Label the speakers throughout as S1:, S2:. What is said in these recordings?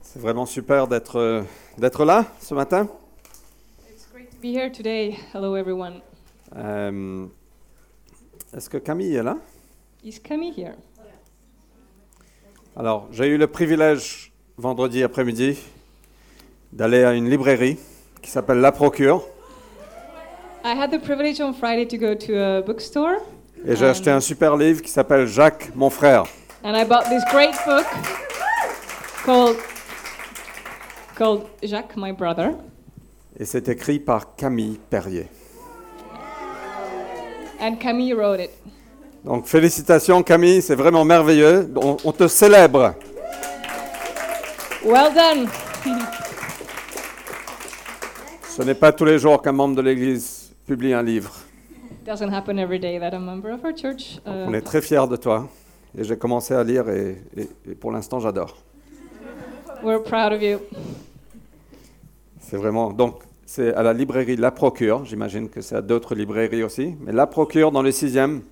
S1: C'est vraiment super d'être euh, d'être là ce matin.
S2: It's great to be here today. Hello, everyone.
S1: Euh, Est-ce que Camille est là
S2: Is Camille here?
S1: Alors, j'ai eu le privilège vendredi après-midi d'aller à une librairie qui s'appelle La Procure
S2: I had the privilege on Friday to go to a bookstore
S1: et j'ai acheté un super livre qui s'appelle Jacques, mon frère.
S2: and I bought this great book called called Jacques, my brother,
S1: Et c'est écrit par Camille Perrier.
S2: and Camille wrote it.
S1: Donc félicitations Camille, c'est vraiment merveilleux. On, on te célèbre.
S2: Well done.
S1: Ce n'est pas tous les jours qu'un membre de l'Église publie un livre.
S2: Doesn't happen every day that a member of our church. uh,
S1: On est très fiers de toi. Et j'ai commencé à lire et, et- et pour l'instant j'adore.
S2: we're proud of you.
S1: C'est vraiment. Donc, c'est à la librairie La Procure. J'imagine que c'est à d'autres librairies aussi. Mais La Procure, dans le sixième,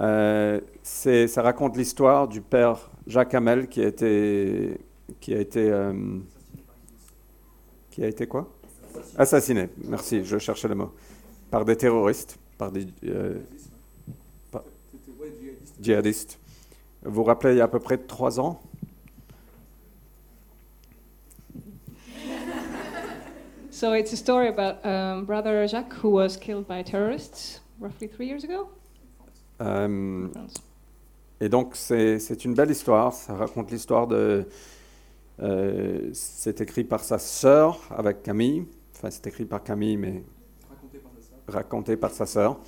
S1: euh, c'est- ça raconte l'histoire du père Jacques Hamel qui a été. qui a été. euh, qui a été quoi Assassiné. Merci, je cherchais le mot. Par des terroristes, par des. euh, par- djihadistes. Vous vous rappelez, il y a à peu près trois ans
S2: So it's a story about um, brother Jacques who was killed by terrorists roughly three years ago.
S1: euh, Et donc, c'est c'est une belle histoire. Ça raconte l'histoire de. euh, c'est écrit par sa sœur avec Camille. Enfin, c'est écrit par Camille, mais. Raconté par sa sœur.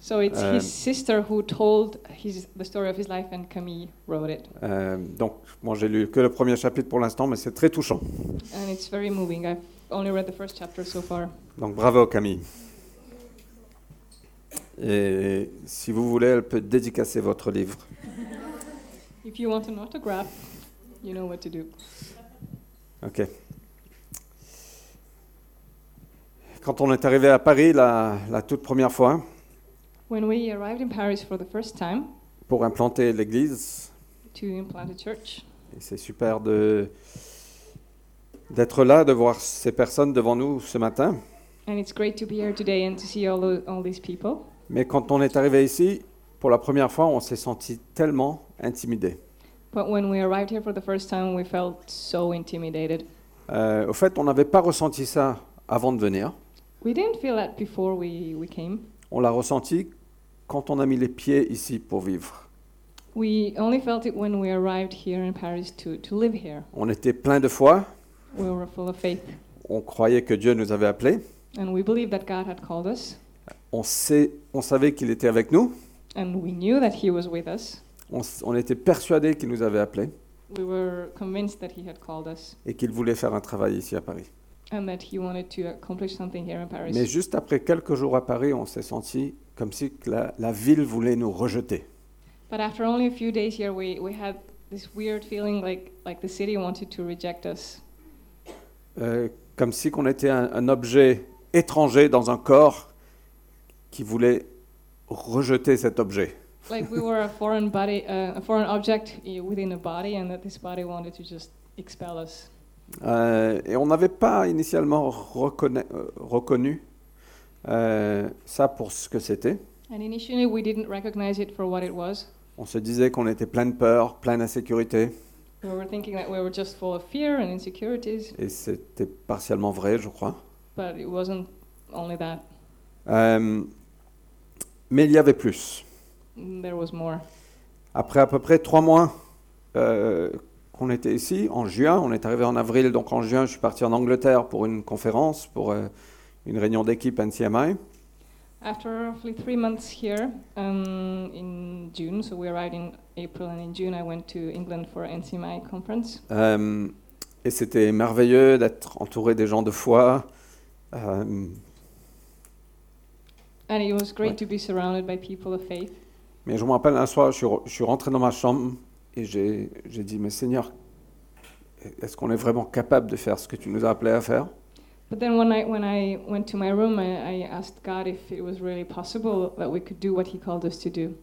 S2: So it's
S1: Um,
S2: his sister who told his, the story of his life, and Camille wrote it.
S1: Euh, donc, moi, j'ai lu que le premier chapitre pour l'instant, mais c'est très touchant.
S2: And it's very moving. I've only read the first chapter so far.
S1: Donc, bravo, Camille. Et si vous voulez, elle peut dédicacer votre livre.
S2: If you want an autograph, you know what to do.
S1: Ok. Quand on est arrivé à Paris la- la toute première fois,
S2: When we arrived in Paris for the first time
S1: pour implanter l'église,
S2: to implant a church,
S1: Et c'est super de d'être là, de voir ces personnes devant nous ce matin.
S2: and it's great to be here today and to see all, tho- all these people.
S1: Mais quand on est arrivé ici, pour la première fois, on s'est senti tellement intimidé.
S2: But when we arrived here for the first time, we felt so intimidated.
S1: Euh, au fait, on n'avait pas ressenti ça avant de venir.
S2: We didn't feel that before we, we came.
S1: On l'a ressenti quand on a mis les pieds ici pour vivre.
S2: We only felt it when we arrived here in Paris to, to live here.
S1: On était plein de foi,
S2: We were full of faith,
S1: on croyait que Dieu nous avait appelés,
S2: and we believed that God had called us,
S1: on, sait, on savait qu'il était avec nous,
S2: and we knew that He was with us.
S1: on, s- on était persuadé qu'il nous avait appelés
S2: We were convinced that he had called us
S1: et qu'il voulait faire un travail ici à Paris.
S2: and that he wanted to accomplish something here in Paris.
S1: Mais juste après quelques jours à Paris, on s'est senti comme si que la, la ville voulait nous rejeter.
S2: But after only a few days here, we, we had this weird feeling like, like the city wanted to reject us,
S1: Euh, comme si qu'on était un, un objet étranger dans un corps qui voulait rejeter cet objet.
S2: like we were a foreign body, uh, a foreign object uh, within a body, and that this body wanted to just expel us.
S1: Euh, et on n'avait pas initialement reconna- euh, reconnu euh, ça pour ce que c'était.
S2: And initially, we didn't recognize it for what it was.
S1: On se disait qu'on était plein de peur, plein d'insécurité.
S2: We were thinking that we were just full of fear and insecurities,
S1: Et c'était partiellement vrai, je crois.
S2: but it wasn't only that.
S1: Euh, mais il y avait plus.
S2: Mm, There was more.
S1: Après à peu près trois mois euh, qu'on était ici, en juin, on est arrivé en avril, donc en juin, je suis parti en Angleterre pour une conférence, pour euh, une réunion d'équipe NCMI.
S2: After roughly three months here um, in June, so we arrived in April, and in June I went to England for an NCMI conference.
S1: Euh, et c'était merveilleux d'être entouré des gens de foi. Euh,
S2: And it was great
S1: Right.
S2: to be surrounded by people of faith.
S1: mais je me rappelle un soir, je suis, re- je suis rentré dans ma chambre et j'ai j'ai dit, mais Seigneur, est-ce qu'on est vraiment capable de faire ce que tu nous as appelé à faire
S2: But then one night when I went to my room, I, I asked God if it was really possible that we could do what He called us to do.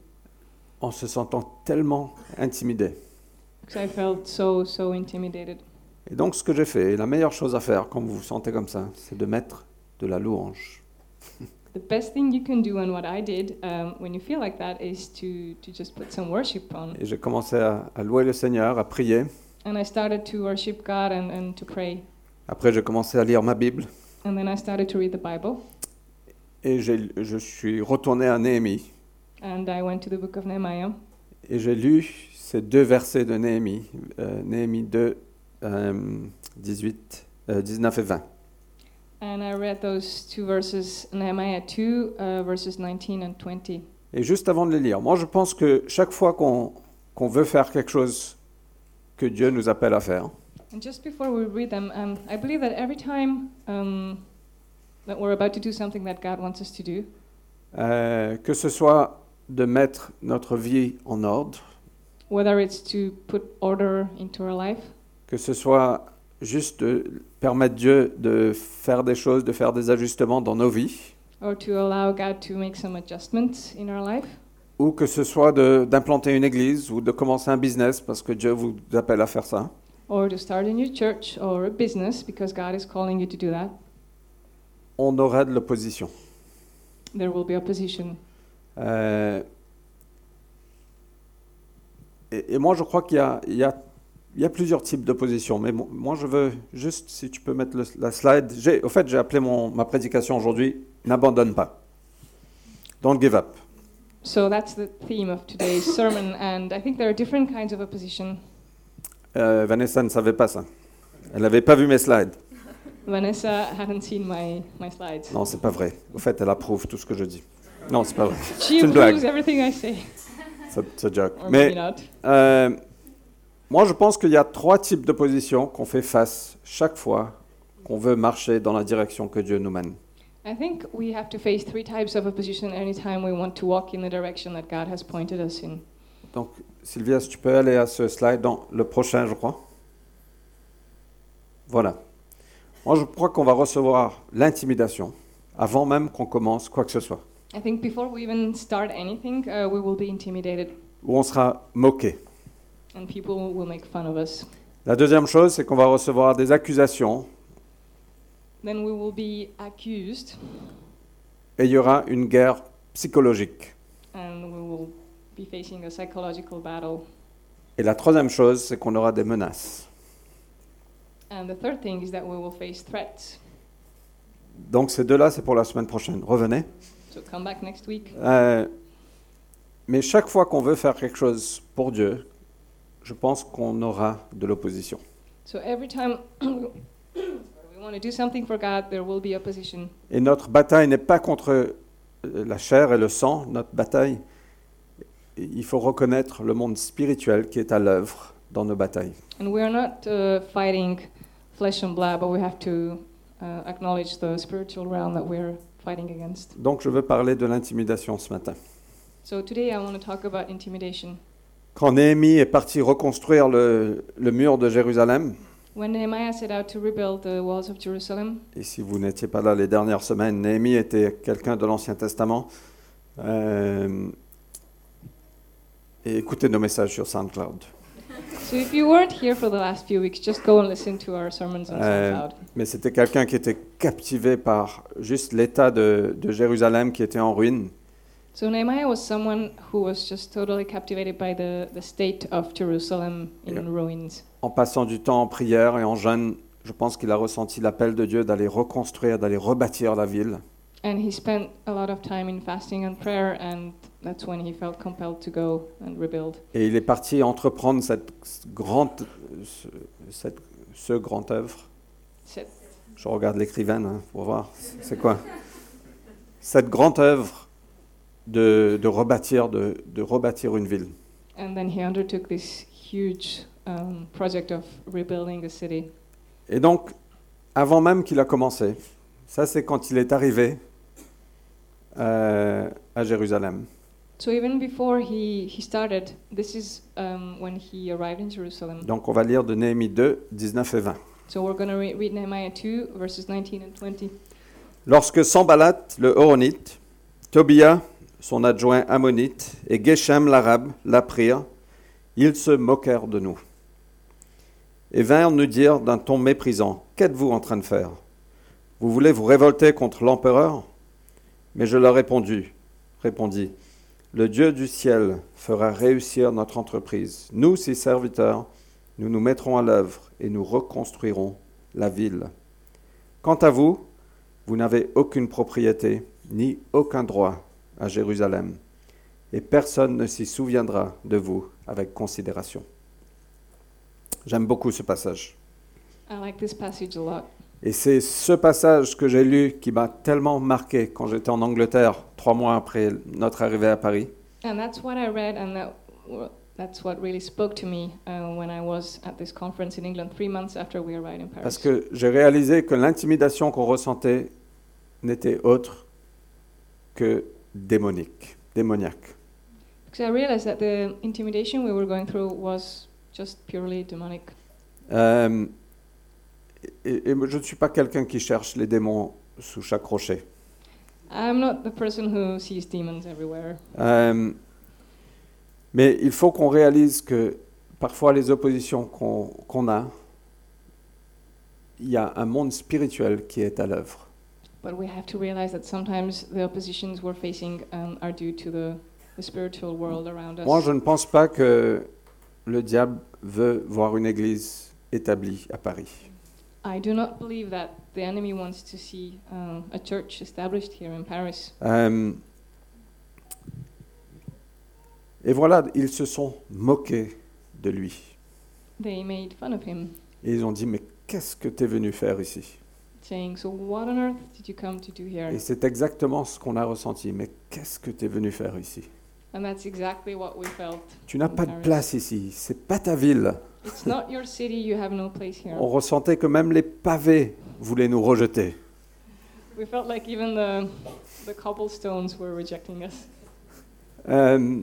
S1: En se sentant tellement intimidé.
S2: Because I felt so, so intimidated.
S1: Et donc, ce que j'ai fait, et la meilleure chose à faire quand vous vous sentez comme ça, c'est de mettre de la louange.
S2: The best thing you can do, and what I did um, when you feel like that, is to, to just put some worship on.
S1: Et j'ai commencé à, à louer le Seigneur, à prier.
S2: And I started to worship God and, and to pray.
S1: Après, j'ai commencé à lire ma Bible.
S2: And then I started to read the Bible.
S1: Et j'ai- je suis retourné à Néhémie.
S2: And I went to the book of Nehemiah.
S1: Et j'ai lu ces deux versets de Néhémie, euh, Néhémie 2, euh, 18, euh, 19 et 20.
S2: And I read those two verses, Nehemiah 2, uh, verses 19 and 20.
S1: Et juste avant de les lire, moi je pense que chaque fois qu'on qu'on veut faire quelque chose que Dieu nous appelle à faire,
S2: And just before we read them, um, I believe that every time um, that we're about to do something that God wants us to do,
S1: euh, que ce soit de mettre notre vie en ordre,
S2: whether it's to put order into our life,
S1: que ce soit juste de permettre Dieu de faire des choses, de faire des ajustements dans nos vies,
S2: or to allow God to make some adjustments in our life,
S1: ou que ce soit de- d'implanter une église ou de commencer un business parce que Dieu vous appelle à faire ça.
S2: or to start a new church or a business because God is calling you to do that,
S1: on aura de l'opposition.
S2: there will be opposition.
S1: Euh, et, et moi, je crois qu'il y a, il y a- il y a plusieurs types d'opposition. Mais bon, moi, je veux juste, si tu peux mettre le- la slide. J'ai, au fait, j'ai appelé mon, ma prédication aujourd'hui N'abandonne pas. Don't give up.
S2: So that's the theme of today's sermon, and I think there are different kinds of opposition.
S1: Euh, Vanessa ne savait pas ça. Elle n'avait pas vu mes slides.
S2: Vanessa hadn't seen my, my slides.
S1: Non, c'est pas vrai. Au fait, elle approuve tout ce que je dis. Non, c'est pas vrai.
S2: She
S1: It's in black.
S2: approves everything I say,
S1: C'est, c'est joke.
S2: or
S1: Mais
S2: maybe not.
S1: Euh, moi, je pense qu'il y a trois types d'opposition qu'on fait face chaque fois qu'on veut marcher dans la direction que Dieu nous mène.
S2: I think we have to face three types of opposition anytime we want to walk in the direction that God has pointed us in.
S1: Donc, Sylvia, si tu peux aller à ce slide, dans le prochain, je crois. Voilà. Moi, je crois qu'on va recevoir l'intimidation avant même qu'on commence quoi que ce soit,
S2: I think before we even start anything, uh, we will be intimidated
S1: où on sera moqué.
S2: and people will make fun of us.
S1: La deuxième chose, c'est qu'on va recevoir des accusations
S2: Then we will be accused
S1: et il y aura une guerre psychologique.
S2: and we will be facing a psychological battle.
S1: Et la troisième chose, c'est qu'on aura des menaces.
S2: And the third thing is that we will face threats.
S1: Donc, ces deux-là, c'est pour la semaine prochaine. Revenez.
S2: So come back next week.
S1: Euh, mais chaque fois qu'on veut faire quelque chose pour Dieu, je pense qu'on aura de l'opposition.
S2: So every time we want to do something for God, there will be opposition.
S1: Et notre bataille n'est pas contre euh, la chair et le sang, notre bataille, il faut reconnaître le monde spirituel qui est à l'œuvre dans nos batailles.
S2: And we are not uh, fighting flesh and blood, but we have to uh, acknowledge the spiritual realm that we're fighting against.
S1: Donc je veux parler de l'intimidation ce matin.
S2: So today I want to talk about intimidation.
S1: Quand Néhémie est parti reconstruire le, le mur de Jérusalem,
S2: When Nehemiah set out to rebuild the walls of Jerusalem,
S1: et si vous n'étiez pas là les dernières semaines, Néhémie était quelqu'un de l'Ancien Testament. Euh, et écoutez nos messages sur SoundCloud.
S2: so if you weren't here for the last few weeks, just go and listen to our sermons on
S1: Uh,
S2: SoundCloud.
S1: Mais c'était quelqu'un qui était captivé par juste l'état de, de Jérusalem qui était en ruine.
S2: So Nehemiah was someone who was just totally captivated by the, the state of Jerusalem in
S1: Yeah.
S2: ruins.
S1: En passant du temps en prière et en jeûne, je pense qu'il a ressenti l'appel de Dieu d'aller reconstruire, d'aller rebâtir la ville.
S2: And he spent a lot of time in fasting and prayer, and that's when he felt compelled to go and rebuild.
S1: Et il est parti entreprendre cette grande, ce, cette, ce grand œuvre.
S2: Set
S1: Je regarde l'écrivaine hein, pour voir. C'est quoi Cette grande œuvre de, de rebâtir, de, de rebâtir une ville.
S2: And then he undertook this huge um, project of rebuilding the city.
S1: Et donc, avant même qu'il a commencé, ça c'est quand il est arrivé euh, à Jérusalem.
S2: So even before he, he started, this is um, when he arrived in Jerusalem.
S1: Donc on va lire de Néhémie 2, 19 et 20.
S2: So we're going to re- read Nehemiah 2, verses 19 and 20.
S1: Lorsque Sambalat, le Horonite, Tobia, son adjoint ammonite, et Geshem, l'arabe, l'apprirent, ils se moquèrent de nous. et vinrent nous dire d'un ton méprisant, Qu'êtes-vous en train de faire Vous voulez vous révolter contre l'empereur Mais je leur répondis, répondis, Le Dieu du ciel fera réussir notre entreprise. Nous, ses serviteurs, nous nous mettrons à l'œuvre et nous reconstruirons la ville. Quant à vous, vous n'avez aucune propriété ni aucun droit à Jérusalem, et personne ne s'y souviendra de vous avec considération. J'aime beaucoup ce passage.
S2: I like this passage a lot.
S1: Et c'est ce passage que j'ai lu qui m'a tellement marqué quand j'étais en Angleterre, trois mois après notre arrivée à Paris.
S2: And that's what I read, and that, w- that's what really spoke to me uh, when I was at this conference in England three months after we arrived in Paris.
S1: Parce que j'ai réalisé que l'intimidation qu'on ressentait n'était autre que démonique, démoniaque.
S2: Because I realized that the intimidation we were going through was just purely demonic.
S1: Euh, et, et je ne suis pas quelqu'un qui cherche les démons sous chaque rocher.
S2: I'm not the person who sees demons everywhere,
S1: Euh, mais il faut qu'on réalise que parfois les oppositions qu'on qu'on a, il y a un monde spirituel qui est à l'œuvre.
S2: but we have to realize that sometimes the oppositions we're facing um, are due to the, the spiritual world around us.
S1: Moi, je ne pense pas que le diable veut voir une église établie à Paris.
S2: I do not believe that the enemy wants to see um, a church established here in Paris.
S1: Euh, et voilà, ils se sont moqués de lui.
S2: They made fun of him,
S1: Et ils ont dit, mais qu'est-ce que tu es venu faire ici
S2: saying, So what on earth did you come to do here?
S1: Et c'est exactement ce qu'on a ressenti, mais qu'est-ce que tu es venu faire ici
S2: And that's exactly what we felt.
S1: Tu n'as pas de place ici, c'est pas ta ville.
S2: It's not your city, you have no place here.
S1: On ressentait que même les pavés voulaient nous rejeter.
S2: We felt like even the, the cobblestones were rejecting us.
S1: Euh,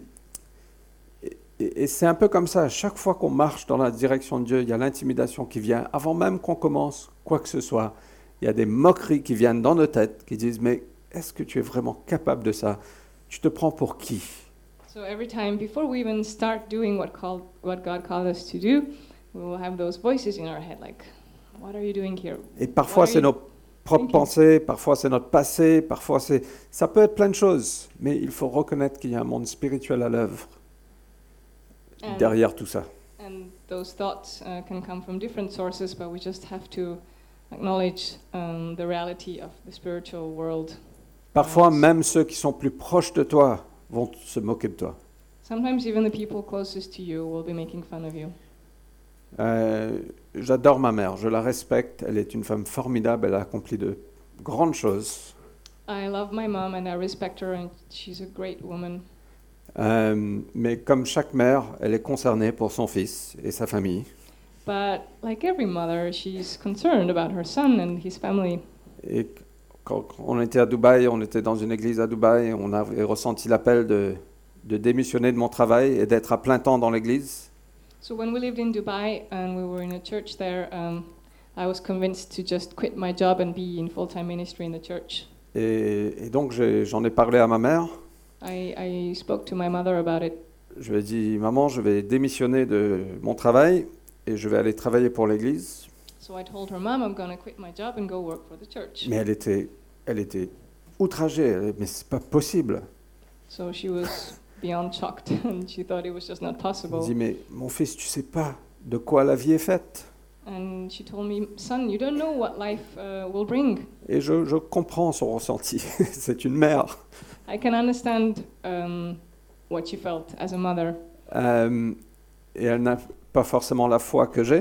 S1: et et c'est un peu comme ça, à chaque fois qu'on marche dans la direction de Dieu, il y a l'intimidation qui vient, avant même qu'on commence quoi que ce soit. Il y a des moqueries qui viennent dans nos têtes, qui disent, mais est-ce que tu es vraiment capable de ça Tu te prends pour qui
S2: So every time, before we even start doing what, called, what God called us to do, we will have those voices in our head like, What are you doing here?
S1: Et parfois,
S2: Oui.
S1: c'est nos propres
S2: Thank you.
S1: pensées, parfois, c'est notre passé, parfois, c'est. Ça peut être plein de choses, mais il faut reconnaître qu'il y a un monde spirituel à l'œuvre
S2: And,
S1: derrière tout ça.
S2: and those thoughts uh, can come from different sources, but we just have to acknowledge um, the reality of the spiritual world.
S1: Parfois,
S2: Yes.
S1: même ceux qui sont plus proches de toi vont se moquer de toi.
S2: Sometimes even the people closest to you will be making fun of you.
S1: Euh, J'adore ma mère, je la respecte, elle est une femme formidable, elle a accompli de grandes choses.
S2: I love my mom and I respect her, and she's a great woman.
S1: Euh, mais comme chaque mère, elle est concernée pour son fils et sa famille.
S2: But like every mother, she's concerned about her son and his family.
S1: Et quand on était à Dubaï, on était dans une église à Dubaï, on avait ressenti l'appel de, de démissionner de mon travail et d'être à plein temps dans l'église.
S2: So when we lived in Dubai and we were in a church there, um, I was convinced to just quit my job and be in full-time ministry in the church.
S1: Et, et donc j'ai- j'en ai parlé à ma mère.
S2: I, I spoke to my mother about it.
S1: Je lui ai dit, maman, je vais démissionner de mon travail et je vais aller travailler pour l'église.
S2: So I told her, Mom, I'm going to quit my job and go work for the church.
S1: Mais elle était, elle était outragée. Elle, mais c'est pas possible.
S2: So she was beyond shocked and she thought it was just
S1: Je lui
S2: not
S1: ai
S2: possible.
S1: dit, mais mon fils, tu sais pas de quoi la vie est faite.
S2: And she told me, Son, you don't know what life uh, will bring.
S1: Et je, je comprends son ressenti. c'est une mère.
S2: I can understand um, what she felt as a mother.
S1: Euh, et elle n'a pas forcément la foi que j'ai.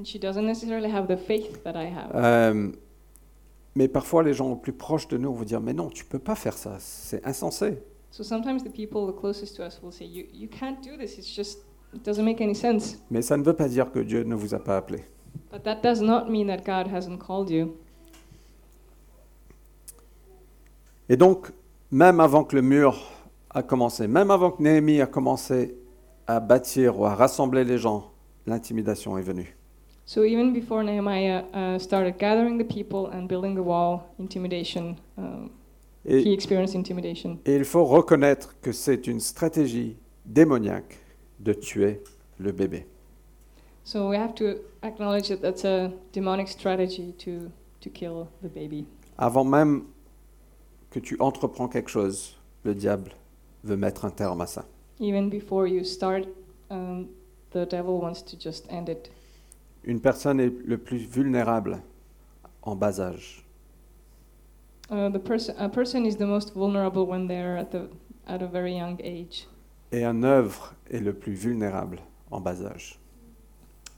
S2: And she doesn't necessarily have the faith that I have.
S1: Euh, mais parfois, les gens les plus proches de nous vont dire Mais non, tu peux pas faire ça, c'est insensé.
S2: So sometimes the people the closest to us will say, you, you can't do this, it's just, it doesn't make any sense.
S1: Mais ça ne veut pas dire que Dieu ne vous a pas appelé.
S2: But that does not mean that God hasn't called you.
S1: Et donc, même avant que le mur a commencé, même avant que Néhémie a commencé à bâtir ou à rassembler les gens, l'intimidation est venue.
S2: So even before Nehemiah uh, started gathering the people and building the wall, intimidation, um, he
S1: Et,
S2: experienced intimidation.
S1: et il faut reconnaître que c'est une stratégie démoniaque de tuer le bébé.
S2: So we have to acknowledge that that's a demonic strategy to, to kill the baby.
S1: Avant même que tu entreprends quelque chose, le diable veut mettre un terme à ça.
S2: Even before you start, um, the devil wants to just end it.
S1: Une personne est le plus vulnérable en bas âge.
S2: Uh, the person a person is the most vulnerable when they're at the at a very young age,
S1: Et un œuvre est le plus vulnérable en bas âge.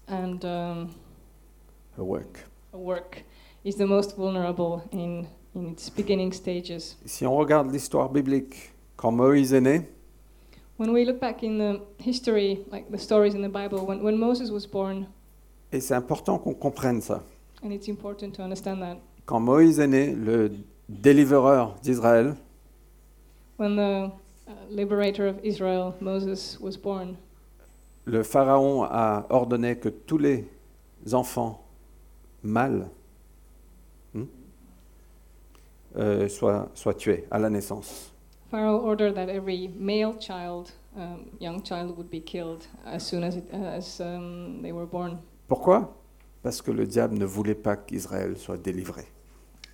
S2: and um,
S1: A work.
S2: a work is the most vulnerable in in its beginning stages.
S1: Si on regarde l'histoire biblique, quand Moïse est né,
S2: When we look back in the history, like the stories in the Bible, when when Moses was born,
S1: et c'est important qu'on comprenne ça,
S2: and it's important to understand that
S1: quand Moïse est né, le délivreur d'Israël,
S2: when the uh, liberator of Israel, Moses, was born,
S1: le Pharaon a ordonné que tous les enfants mâles hmm, euh, soient, soient tués à la naissance.
S2: Pharaoh ordered that every male child, um, young child, would be killed as soon as it, as um, they were born.
S1: Pourquoi Parce que le diable ne voulait pas qu'Israël soit délivré.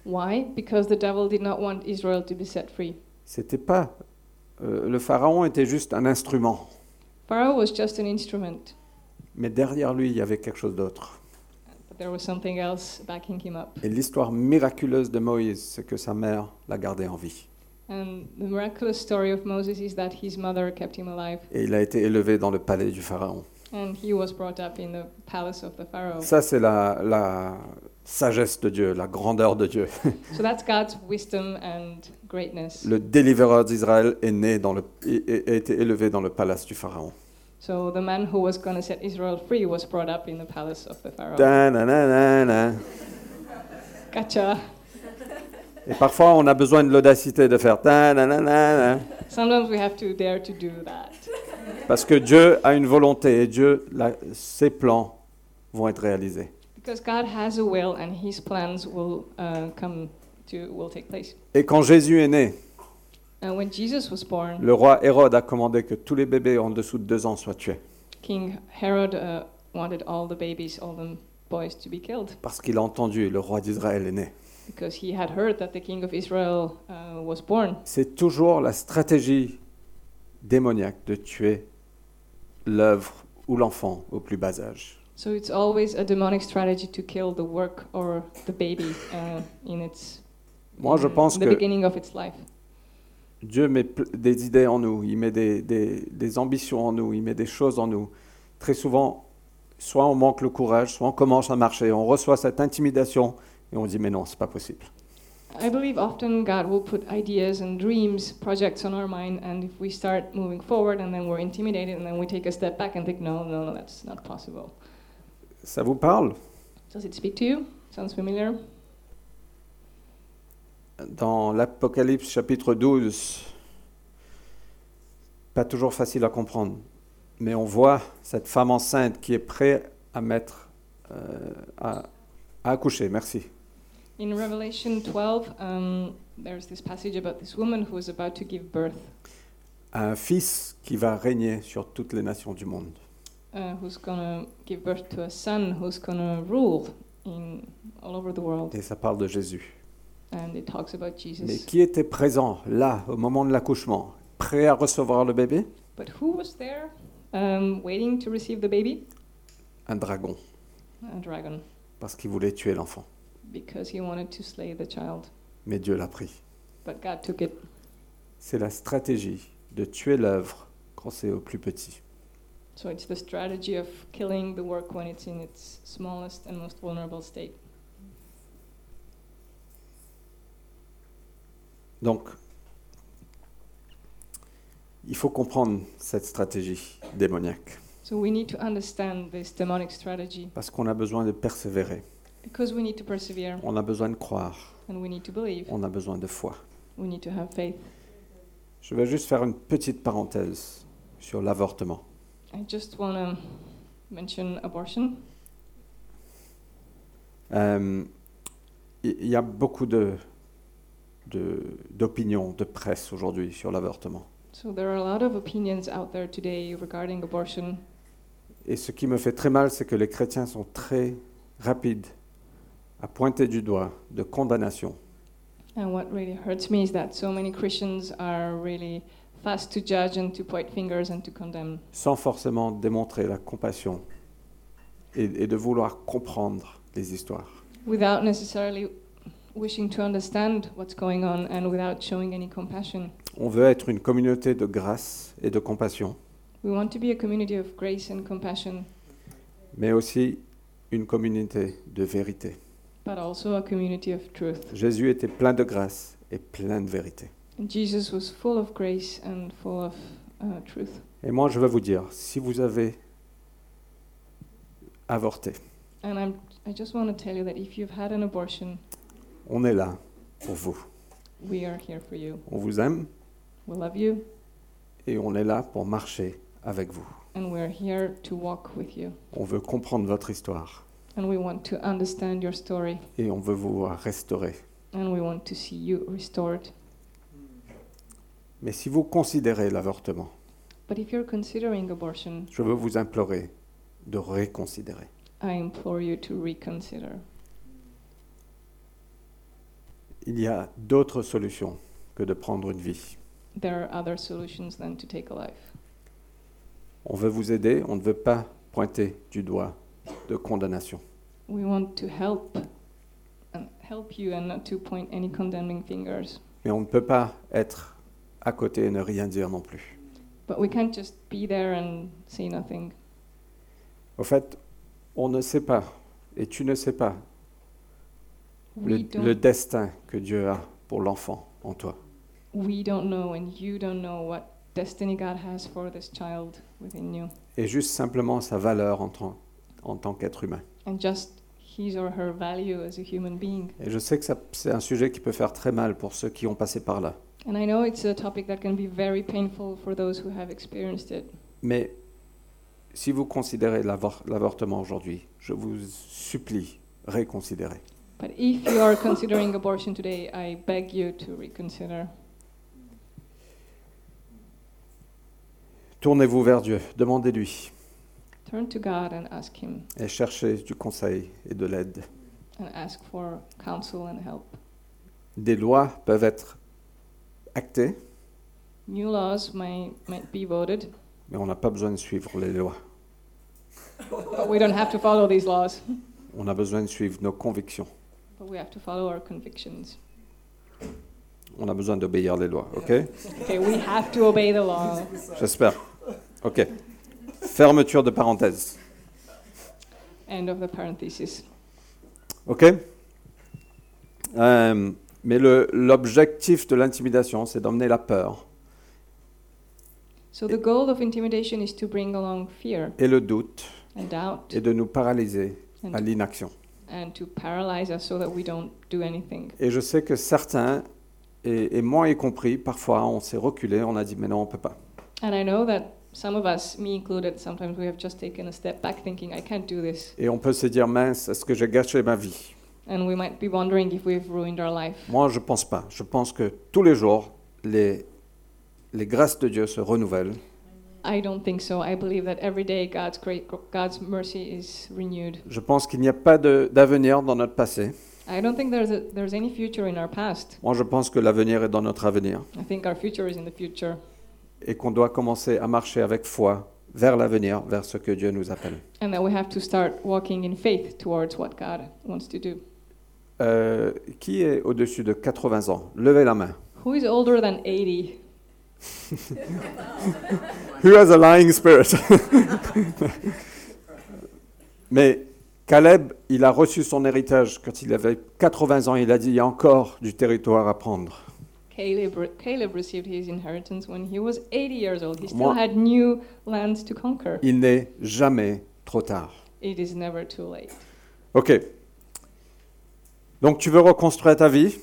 S2: Why? Because the devil did not want Israel to be set free.
S1: C'était pas euh, le Pharaon était juste un instrument,
S2: Pharaoh was just an instrument,
S1: mais derrière lui il y avait quelque chose d'autre.
S2: but there was something else backing him up.
S1: Et l'histoire miraculeuse de Moïse, c'est que sa mère l'a gardé en vie.
S2: And the miraculous story of Moses is that his mother kept him alive,
S1: Et il a été élevé dans le palais du Pharaon.
S2: and he was brought up in the palace of the Pharaoh.
S1: Ça c'est la, la sagesse de Dieu, la grandeur de Dieu.
S2: So that's God's wisdom and greatness.
S1: Le délivreur d'Israël est né dans le, a été élevé dans le palace du Pharaon.
S2: So the man who was going to set Israel free was brought up in the palace of the Pharaoh.
S1: Ta-na-na-na-na.
S2: Gotcha.
S1: Et parfois, on a besoin de l'audacité de faire ta-na-na-na-na.
S2: Sometimes we have to dare to do that
S1: Parce que Dieu a une volonté et Dieu, la- ses plans vont être réalisés.
S2: because God has a will and His plans will uh, come to will take place.
S1: Et quand Jésus est né,
S2: And when Jesus was born,
S1: le roi Hérode a commandé que tous les bébés en dessous de deux ans soient tués.
S2: King Herod uh, wanted all the babies, all the boys, to be killed
S1: Parce qu'il a entendu, le roi d'Israël est né.
S2: because he had heard that the king of Israel uh, was born.
S1: C'est toujours la stratégie démoniaque de tuer l'œuvre ou l'enfant au plus bas âge.
S2: So it's always a demonic strategy to kill the work or the baby uh, in its
S1: Moi, je
S2: in
S1: pense
S2: the
S1: que-
S2: beginning of its life.
S1: Dieu met ple- des idées en nous, il met des, des- des ambitions en nous, il met des choses en nous. Très souvent, soit on manque le courage, soit on commence à marcher, on reçoit cette intimidation et on dit mais non, c'est pas possible.
S2: I believe often God will put ideas and dreams, projects on our mind, and if we start moving forward and then we're intimidated and then we take a step back and think, no, no, no, that's not possible.
S1: Ça vous parle
S2: Does it speak to you? Sounds familiar?
S1: Dans l'Apocalypse chapitre 12, pas toujours facile à comprendre, mais on voit cette femme enceinte qui est prête à mettre, euh, à- à accoucher, merci.
S2: In Revelation 12, um, there's this passage about this woman who is about to give birth,
S1: À un fils qui va régner sur toutes les nations du monde.
S2: uh, who's gonna give birth to a son who's gonna rule in all over the world,
S1: Et ça parle de Jésus.
S2: and it talks about
S1: Mais
S2: Jesus.
S1: qui était présent là au moment de l'accouchement, prêt à recevoir le bébé
S2: But who was there, um, waiting to receive the baby?
S1: Un dragon,
S2: A dragon,
S1: parce qu'il voulait tuer l'enfant.
S2: because he wanted to slay the child.
S1: Mais Dieu l'a pris.
S2: But God took it.
S1: C'est la stratégie de tuer l'œuvre quand c'est au plus petit.
S2: So it's the strategy of killing the work when it's in its smallest and most vulnerable state.
S1: Donc, il faut comprendre cette stratégie démoniaque,
S2: So we need to understand this demonic strategy
S1: parce qu'on a besoin de persévérer,
S2: because we need to persevere
S1: on a besoin de croire,
S2: and we need to believe.
S1: on a besoin de foi.
S2: We need to have faith.
S1: Je vais juste faire une petite parenthèse sur l'avortement.
S2: I just want to mention abortion.
S1: Euh, Il il y a beaucoup de, de, d'opinions, de presse aujourd'hui sur l'avortement.
S2: So there are a lot of opinions out there today regarding abortion.
S1: Et ce qui me fait très mal, c'est que les chrétiens sont très rapides à pointer du doigt de condamnation.
S2: And what really hurts me is that so many Christians are really fast to judge and to point fingers and to condemn
S1: sans forcément démontrer la compassion et, et de vouloir comprendre les histoires.
S2: without necessarily wishing to understand what's going on and without showing any compassion.
S1: On veut être une communauté de grâce et de compassion,
S2: We want to be a community of grace and compassion,
S1: mais aussi une communauté de vérité.
S2: but also a community of truth.
S1: Jésus était plein de grâce et plein de vérité.
S2: And Jesus was full of grace and full of uh, truth.
S1: Et moi, je veux vous dire, si vous avez avorté,
S2: And I'm, I just want to tell you that if you've had an abortion,
S1: on est là pour vous.
S2: we are here for you.
S1: On vous aime
S2: We love you,
S1: et on est là pour marcher avec vous.
S2: and we're here to walk with you.
S1: On veut comprendre votre histoire
S2: And we want to understand your story,
S1: et on veut vous voir restaurer.
S2: and we want to see you restored.
S1: Mais si vous considérez l'avortement,
S2: But if you're considering abortion,
S1: je veux vous implorer de réconsidérer.
S2: I implore you to reconsider.
S1: Il y a d'autres solutions que de prendre une vie.
S2: There are other solutions than to take a life.
S1: On veut vous aider, on ne veut pas pointer du doigt de condamnation.
S2: We want to help and help you and not to point any condemning fingers.
S1: Mais on ne peut pas être à côté et ne rien dire non plus.
S2: But we can't just be there and say nothing.
S1: Au fait, on ne sait pas, et tu ne sais pas, le,
S2: We
S1: le
S2: don't,
S1: destin que Dieu a pour l'enfant en toi.
S2: we don't know and you don't know what destiny God has for this child within you.
S1: Et juste simplement sa valeur en tant, en tant qu'être humain.
S2: And just his or her value as a human being.
S1: Et je sais que ça- c'est un sujet qui peut faire très mal pour ceux qui ont passé par là.
S2: And I know it's a topic that can be very painful for those who have experienced it.
S1: Mais si vous considérez l'avor- l'avortement aujourd'hui, je vous supplie, réconsidérez.
S2: But if you are considering abortion today, I beg you to reconsider.
S1: Tournez-vous vers Dieu, demandez-lui
S2: Turn to God and ask Him
S1: et cherchez du conseil et de l'aide.
S2: and ask for counsel and help.
S1: Des lois peuvent être actées,
S2: New laws may, might be voted,
S1: mais on n'a pas besoin de suivre les lois.
S2: but we don't have to follow these laws.
S1: On a besoin de suivre nos convictions.
S2: But we have to follow our convictions.
S1: On a besoin d'obéir les lois, ok
S2: Okay, we have to obey the law.
S1: J'espère. Ok. Fermeture de parenthèse.
S2: End of the parenthesis.
S1: Ok Euh, Mais le- l'objectif de l'intimidation, c'est d'emmener la peur
S2: So the goal of intimidation is to bring along fear
S1: et le doute
S2: and doubt
S1: et de nous paralyser à
S2: and,
S1: l'inaction.
S2: and to paralyze us so that we don't do anything.
S1: Et je sais que certains, et, et moi y compris, parfois on s'est reculé, on a dit mais non, on peut pas.
S2: And I know that some of us, me included, sometimes we have just taken a step back thinking, I can't do this.
S1: Et on peut se dire mince, est-ce que j'ai gâché ma vie
S2: And we might be wondering if we've ruined our life.
S1: Moi, je pense pas. Je pense que tous les jours, les, les grâces de Dieu se renouvellent
S2: I don't think so. I believe that every day God's great God's mercy is renewed.
S1: Je pense qu'il n'y a pas de- d'avenir dans notre passé.
S2: I don't think there's a, there's any future in our past.
S1: Moi, je pense que l'avenir est dans notre avenir
S2: I think our future is in the future
S1: et qu'on doit commencer à marcher avec foi vers l'avenir, vers ce que Dieu nous appelle.
S2: and that we have to start walking in faith towards what God wants to do.
S1: Euh, qui est au-dessus de 80 ans Levez la main.
S2: Who is older than 80?
S1: Who has a lying spirit Mais Caleb, il a reçu son héritage quand il avait 80 ans. Il a dit, il y a encore du territoire à prendre.
S2: Caleb, re- Caleb received his inheritance when he was 80 years old. He still
S1: Moi-
S2: had new lands to conquer.
S1: Il n'est jamais trop tard.
S2: It is never too late.
S1: OK. Donc tu veux reconstruire ta vie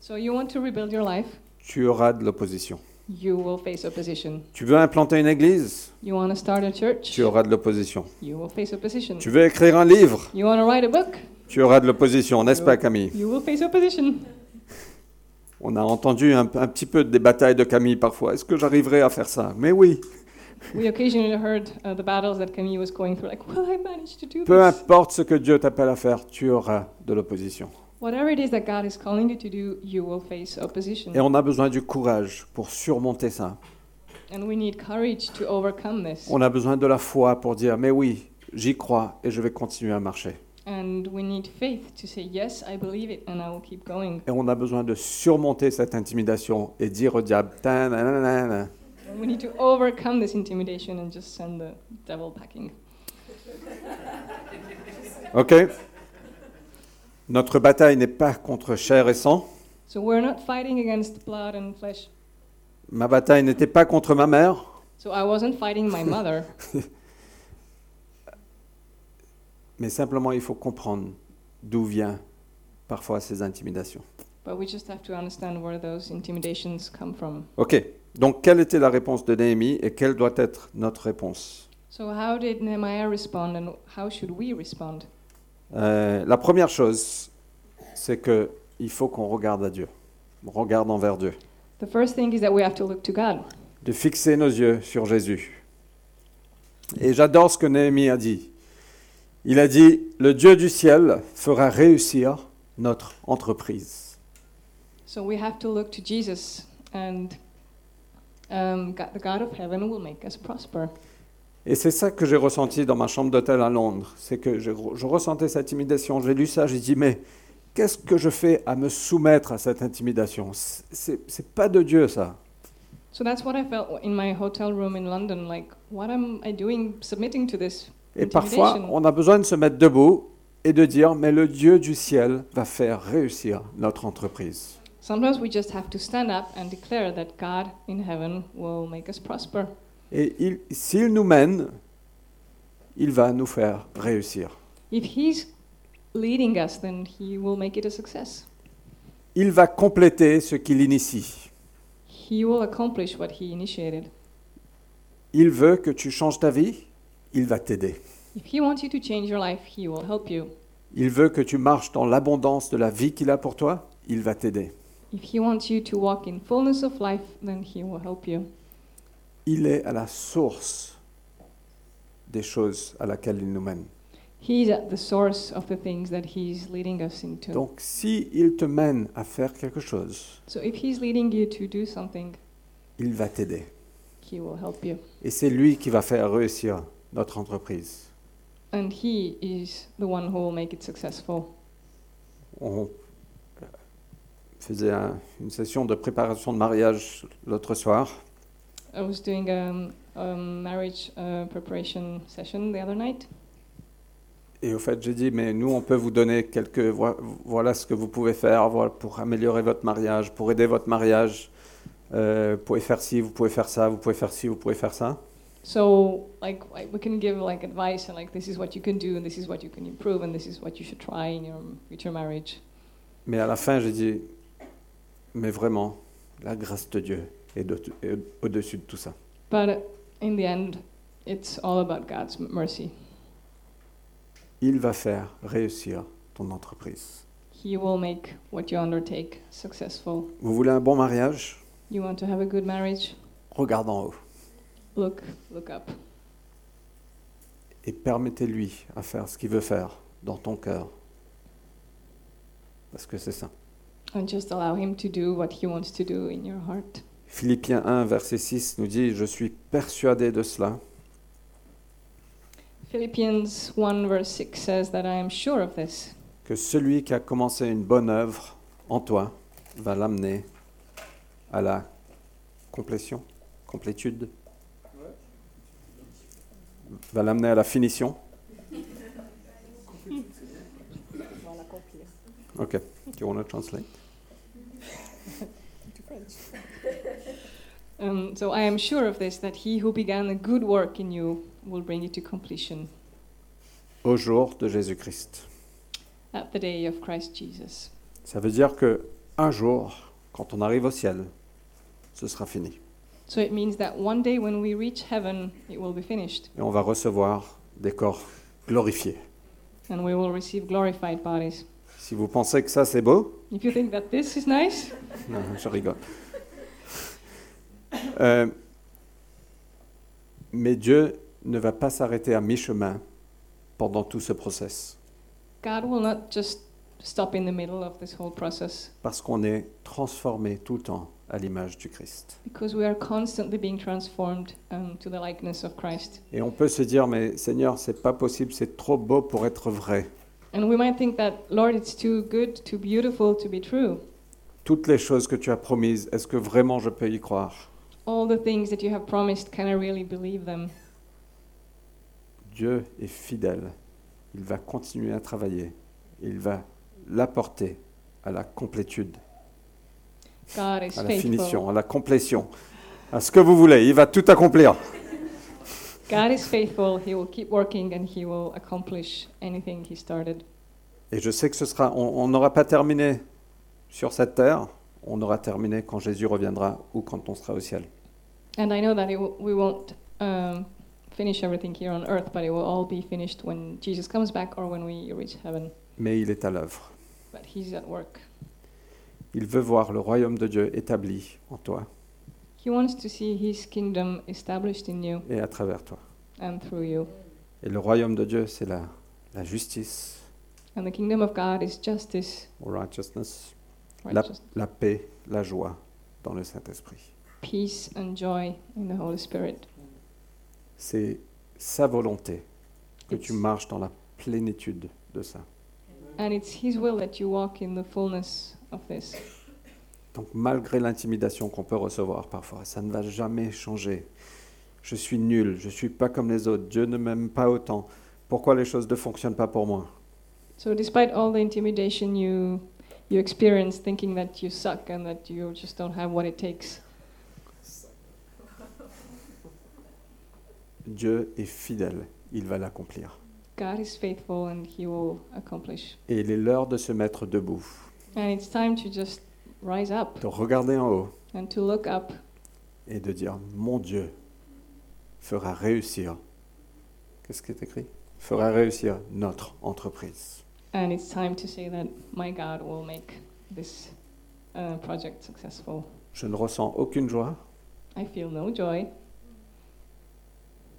S2: So you want to rebuild your life?
S1: tu auras de l'opposition.
S2: You will face opposition.
S1: Tu veux implanter une église
S2: You want to start a church?
S1: Tu auras de l'opposition.
S2: You will face opposition.
S1: Tu veux écrire un livre
S2: You want to write a book?
S1: Tu auras de l'opposition, n'est-ce pas Camille
S2: You will face opposition.
S1: On a entendu un, un petit peu des batailles de Camille parfois. Est-ce que j'arriverai à faire ça Mais oui,
S2: We occasionally heard uh, the battles that Camille was going through, like, well, I managed to do
S1: Peu
S2: this.
S1: importe ce que Dieu t'appelle à faire, tu auras de l'opposition.
S2: Whatever it is that God is calling you to do, you will face opposition.
S1: Et on a besoin du courage pour surmonter ça.
S2: And we need courage to overcome this.
S1: On a besoin de la foi pour dire, mais oui, j'y crois et je vais continuer à marcher.
S2: And we need faith to say, yes, I believe it, and I will keep going.
S1: Et on a besoin de surmonter cette intimidation et dire au diable, Ta-na-na-na-na.
S2: And we need to overcome this intimidation and just send the devil packing.
S1: ok Notre bataille n'est pas contre chair et sang.
S2: So we're not fighting against blood and flesh.
S1: Ma bataille n'était pas contre ma mère,
S2: So I wasn't fighting my mother.
S1: mais simplement il faut comprendre d'où vient parfois ces intimidations.
S2: But we just have to understand where those intimidations come from.
S1: Ok, donc quelle était la réponse de Néhémie et quelle doit être notre réponse
S2: So, how did Nehemiah respond, and how should we respond?
S1: Euh, La première chose, c'est que il faut qu'on regarde à Dieu, on regarde envers Dieu,
S2: The first thing is that we have to look to God.
S1: de fixer nos yeux sur Jésus. Et j'adore ce que Néhémie a dit. Il a dit, le Dieu du ciel fera réussir notre entreprise.
S2: So, we have to look to Jesus, and um, God, the God of heaven will make us prosper.
S1: Et c'est ça que j'ai ressenti dans ma chambre d'hôtel à Londres. C'est que je, je ressentais cette intimidation. J'ai lu ça, j'ai dit, mais qu'est-ce que je fais à me soumettre à cette intimidation C'est- C'est c'est pas de Dieu, ça.
S2: So, that's what I felt in my hotel room in London like, what am I doing submitting to this?
S1: Et parfois,
S2: Intimidation.
S1: on a besoin de se mettre debout et de dire, mais le Dieu du ciel va faire réussir notre entreprise.
S2: Sometimes we just have to stand up and declare that God in heaven will make us prosper.
S1: Et il- s'il nous mène, il va nous faire réussir.
S2: If He's leading us, then He will make it a success.
S1: Il va compléter ce qu'il initie.
S2: He will accomplish what He initiated.
S1: Il veut que tu changes ta vie, il va t'aider.
S2: If he wants you to change your life, he will help you.
S1: Il veut que tu marches dans l'abondance de la vie qu'il a pour toi, il va t'aider.
S2: If he wants you to walk in fullness of life, then he will help you.
S1: Il est à la source des choses à laquelle il nous mène.
S2: He's at the source of the things that he's leading us into.
S1: Donc si il te mène à faire quelque chose,
S2: So if he's leading you to do something,
S1: il va t'aider.
S2: he will help you.
S1: Et c'est lui qui va faire réussir notre entreprise.
S2: And he is the one who will make it successful.
S1: On faisait un- une session de préparation de mariage l'autre soir
S2: I was doing a, a marriage uh, preparation session the other night,
S1: et au fait j'ai dit mais nous on peut vous donner quelques voi- voilà ce que vous pouvez faire voilà, pour améliorer votre mariage, pour aider votre mariage. Euh, vous pouvez faire ci, vous pouvez faire ça, vous pouvez faire ci, vous pouvez faire ça.
S2: so like I- we can give like advice and like this is what you can do and this is what you can improve and this is what you should try in your future marriage.
S1: Mais à la fin j'ai dit mais vraiment la grâce de Dieu est, de- est au-dessus de tout ça.
S2: But uh, in the end, it's all about God's m- mercy.
S1: Il va faire réussir ton entreprise.
S2: He will make what you undertake successful.
S1: Vous voulez un bon mariage
S2: You want to have a good marriage?
S1: Regarde en haut
S2: Look, look up.
S1: et permettez-lui à faire ce qu'il veut faire dans ton cœur. Parce que c'est ça.
S2: And just allow Him to do what He wants to do in your heart.
S1: Philippiens 1, verset 6 nous dit, je suis persuadé de cela,
S2: Philippians 1, verse 6 says that I am sure of this,
S1: que celui qui a commencé une bonne œuvre en toi va l'amener à la complétion, complétude, va l'amener à la finition. Ok, do you want to translate?
S2: um, so I am sure of this, that He who began a good work in you will bring it to completion
S1: Au jour de Jésus-Christ.
S2: at the day of Christ Jesus.
S1: Ça veut dire que un jour, quand on arrive au ciel, ce sera fini
S2: So it means that one day when we reach heaven, it will be finished,
S1: et on va recevoir des corps glorifiés.
S2: and we will receive glorified bodies.
S1: Si vous pensez que ça c'est beau,
S2: If you think that this is nice,
S1: non, je rigole. Euh, Mais Dieu ne va pas s'arrêter à mi-chemin pendant tout ce process,
S2: God will not just stop in the middle of this whole process
S1: parce qu'on est transformé tout le temps à l'image du Christ.
S2: because we are constantly being transformed um, to the likeness of Christ.
S1: Et on peut se dire, mais Seigneur, c'est pas possible, c'est trop beau pour être vrai.
S2: And we might think that, Lord, it's too good, too beautiful to be true.
S1: Toutes les choses que tu as promises, est-ce que vraiment je peux y croire
S2: All the things that you have promised, can I really believe them?
S1: Dieu est fidèle. Il va continuer à travailler. Il va l'apporter à la complétude,
S2: God is
S1: à la
S2: faithful.
S1: finition, à la complétion, à ce que vous voulez. Il va tout accomplir.
S2: God is faithful. He will keep working and he will accomplish anything he started.
S1: Et je sais que ce sera, on on n'aura pas terminé sur cette terre, on aura terminé quand Jésus reviendra ou quand on sera au ciel.
S2: And I know that it w- we won't um, finish everything here on earth, but it will all be finished when Jesus comes back or when we reach heaven.
S1: Mais il est à l'œuvre.
S2: But he's at work.
S1: Il veut voir le royaume de Dieu établi en toi
S2: He wants to see his kingdom established in you
S1: et à travers toi.
S2: and through you.
S1: Et le royaume de Dieu, c'est la, la justice,
S2: And the kingdom of God is justice,
S1: or righteousness, la,
S2: righteousness,
S1: la paix, la joie dans le Saint-Esprit.
S2: peace, and joy in the Holy Spirit.
S1: C'est sa volonté que
S2: It's-
S1: tu marches dans la plénitude de ça.
S2: And it's his will that you walk in the fullness of this.
S1: Donc malgré l'intimidation qu'on peut recevoir parfois, ça ne va jamais changer. Je suis nul, je suis pas comme les autres, Dieu ne m'aime pas autant. Pourquoi les choses ne fonctionnent pas pour moi
S2: So despite all the intimidation you you experience thinking that you suck and that you just don't have what it takes,
S1: Dieu est fidèle, il va l'accomplir.
S2: God is faithful and he will accomplish.
S1: Et il est l'heure de se mettre debout,
S2: And it's time to just rise up
S1: de regarder en haut
S2: and to look up
S1: et de dire mon Dieu fera réussir. Qu'est-ce qui est écrit Fera réussir notre entreprise.
S2: and it's time to say that my God will make this uh, project successful.
S1: Je ne ressens aucune joie,
S2: I feel no joy,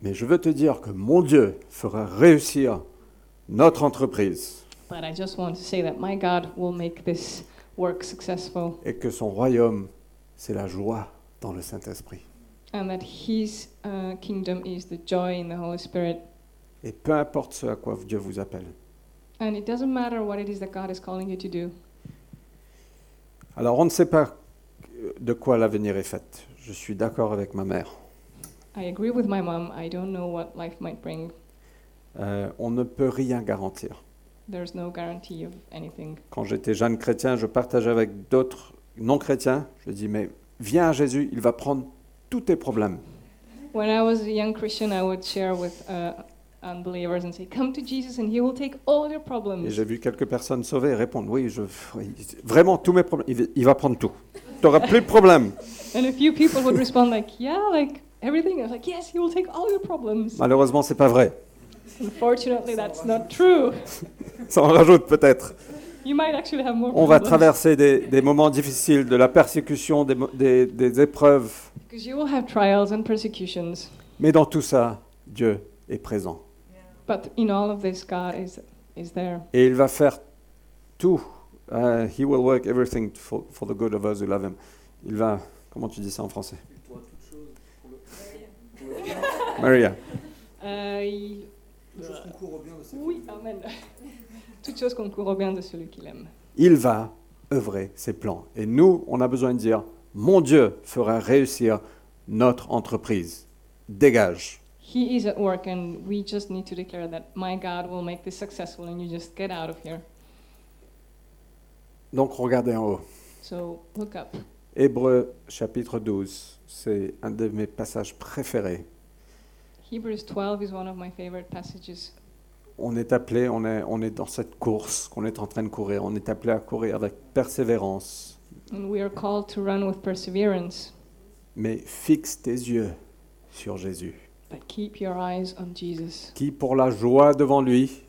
S1: mais je veux te dire que mon Dieu fera réussir notre entreprise.
S2: but I just want to say that my God will make this work successful
S1: et que son royaume, c'est la joie dans le Saint-Esprit.
S2: and that his uh, kingdom is the joy in the Holy Spirit.
S1: Et peu importe ce à quoi Dieu vous appelle.
S2: And it doesn't matter what it is that God is calling you to do.
S1: Alors on ne sait pas euh, de quoi l'avenir est fait. Je suis d'accord avec ma mère.
S2: I agree with my mom. I don't know what life might bring.
S1: Euh, on ne peut rien garantir.
S2: There's no guarantee of anything.
S1: Quand j'étais jeune chrétien, je partageais avec d'autres non-chrétiens. Je dis, mais viens à Jésus, il va prendre tous tes problèmes.
S2: When I was a young Christian, I would share with uh, unbelievers and say, Come to Jesus and he will take all your
S1: Et
S2: problems.
S1: j'ai vu quelques personnes sauvées répondre, oui, je, oui, vraiment tous mes problèmes. Il va- Il va prendre tout. Tu n'auras plus de problème.
S2: And a few people would respond, like, Yeah, like everything. I was like, Yes, he will take all your problems.
S1: Malheureusement, c'est pas vrai.
S2: Unfortunately, that's not true.
S1: Ça en rajoute peut-être.
S2: You might actually have more
S1: On va
S2: problems.
S1: traverser des, des moments difficiles, de la persécution, des, mo- des- des épreuves.
S2: Because you will have trials and persecutions.
S1: Mais dans tout ça, Dieu est présent.
S2: But in all of this, God is, is there.
S1: Et il va faire tout. Euh, he will work everything for, for the good of us who love him. Il va. Comment tu dis ça en français Maria.
S2: Euh, il- Oui, amen. Toute chose concourt au bien de celui qui l'aime.
S1: Il va œuvrer ses plans. Et nous, on a besoin de dire Mon Dieu fera réussir notre entreprise. Dégage.
S2: He is at work, and we just need to declare that my God will make this successful, and you just get out of here.
S1: Donc regardez en haut.
S2: So look up.
S1: Hébreux chapitre 12, c'est un de mes passages préférés.
S2: Hebrews 12 is one of my favorite passages.
S1: On est appelé, on est, on est dans cette course qu'on est en train de courir, on est appelé à courir avec persévérance.
S2: And we are called to run with perseverance,
S1: Mais fixe tes yeux sur Jésus,
S2: but keep your eyes on Jesus,
S1: qui pour la joie devant lui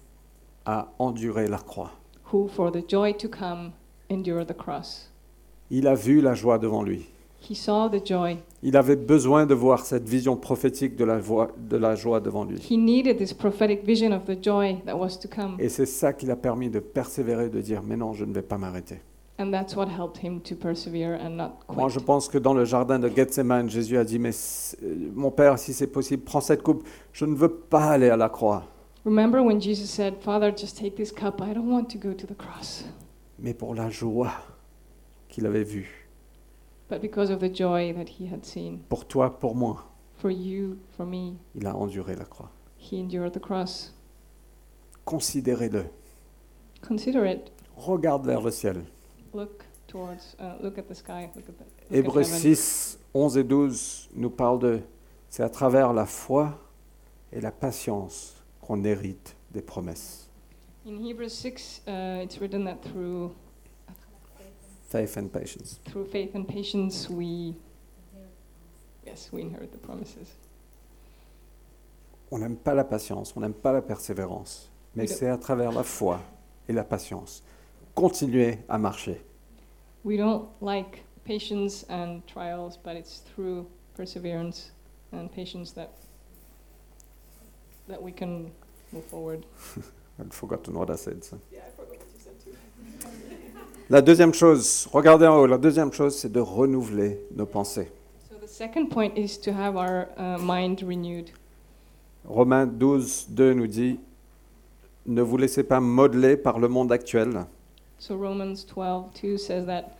S1: a enduré la croix.
S2: who for the joy to come endured the cross.
S1: Il a vu la joie devant lui.
S2: He saw the joy.
S1: Il avait besoin de voir cette vision prophétique de la, voie- de la joie devant lui.
S2: He needed this prophetic vision of the joy that was to come.
S1: Et c'est ça qui l'a permis de persévérer, de dire, mais non, je ne vais pas m'arrêter.
S2: And that's what helped him to persevere and not
S1: Moi, je
S2: quit.
S1: pense que dans le jardin de Gethsemane, Jésus a dit, mais c'est- euh, mon Père, si c'est possible, prends cette coupe. Je ne veux pas aller à la croix.
S2: Remember when Jesus said, Father, just take this cup. I don't want to go to the cross.
S1: Mais pour la joie qu'il avait vue,
S2: But because of the joy that he had seen.
S1: pour toi, pour moi,
S2: For you, for me,
S1: il a enduré la croix.
S2: he endured the cross.
S1: Considérez-le.
S2: Consider it.
S1: Regarde vers le ciel.
S2: Look towards, uh, look at the sky. Look at the, look at
S1: Hébreux
S2: heaven.
S1: 6, 11 et 12 nous parlent de c'est à travers la foi et la patience qu'on hérite des promesses.
S2: In Hebrews 6, uh, it's written that through
S1: Faith and patience.
S2: through faith and patience we yes we inherit the promises.
S1: On n'aime pas la patience, on n'aime pas la persévérance, mais
S2: Oui, le-
S1: c'est à travers la foi et la patience. Continuez à marcher.
S2: We don't like patience and trials, but it's through perseverance and patience that that we can move forward.
S1: I'd forgotten what I said, so. La deuxième chose, regardez en haut, la deuxième chose, c'est de renouveler nos pensées.
S2: So the second point is to have our uh, mind renewed.
S1: Romains 12, 2 nous dit Ne vous laissez pas modeler par le monde actuel,
S2: So Romans 12:2 says that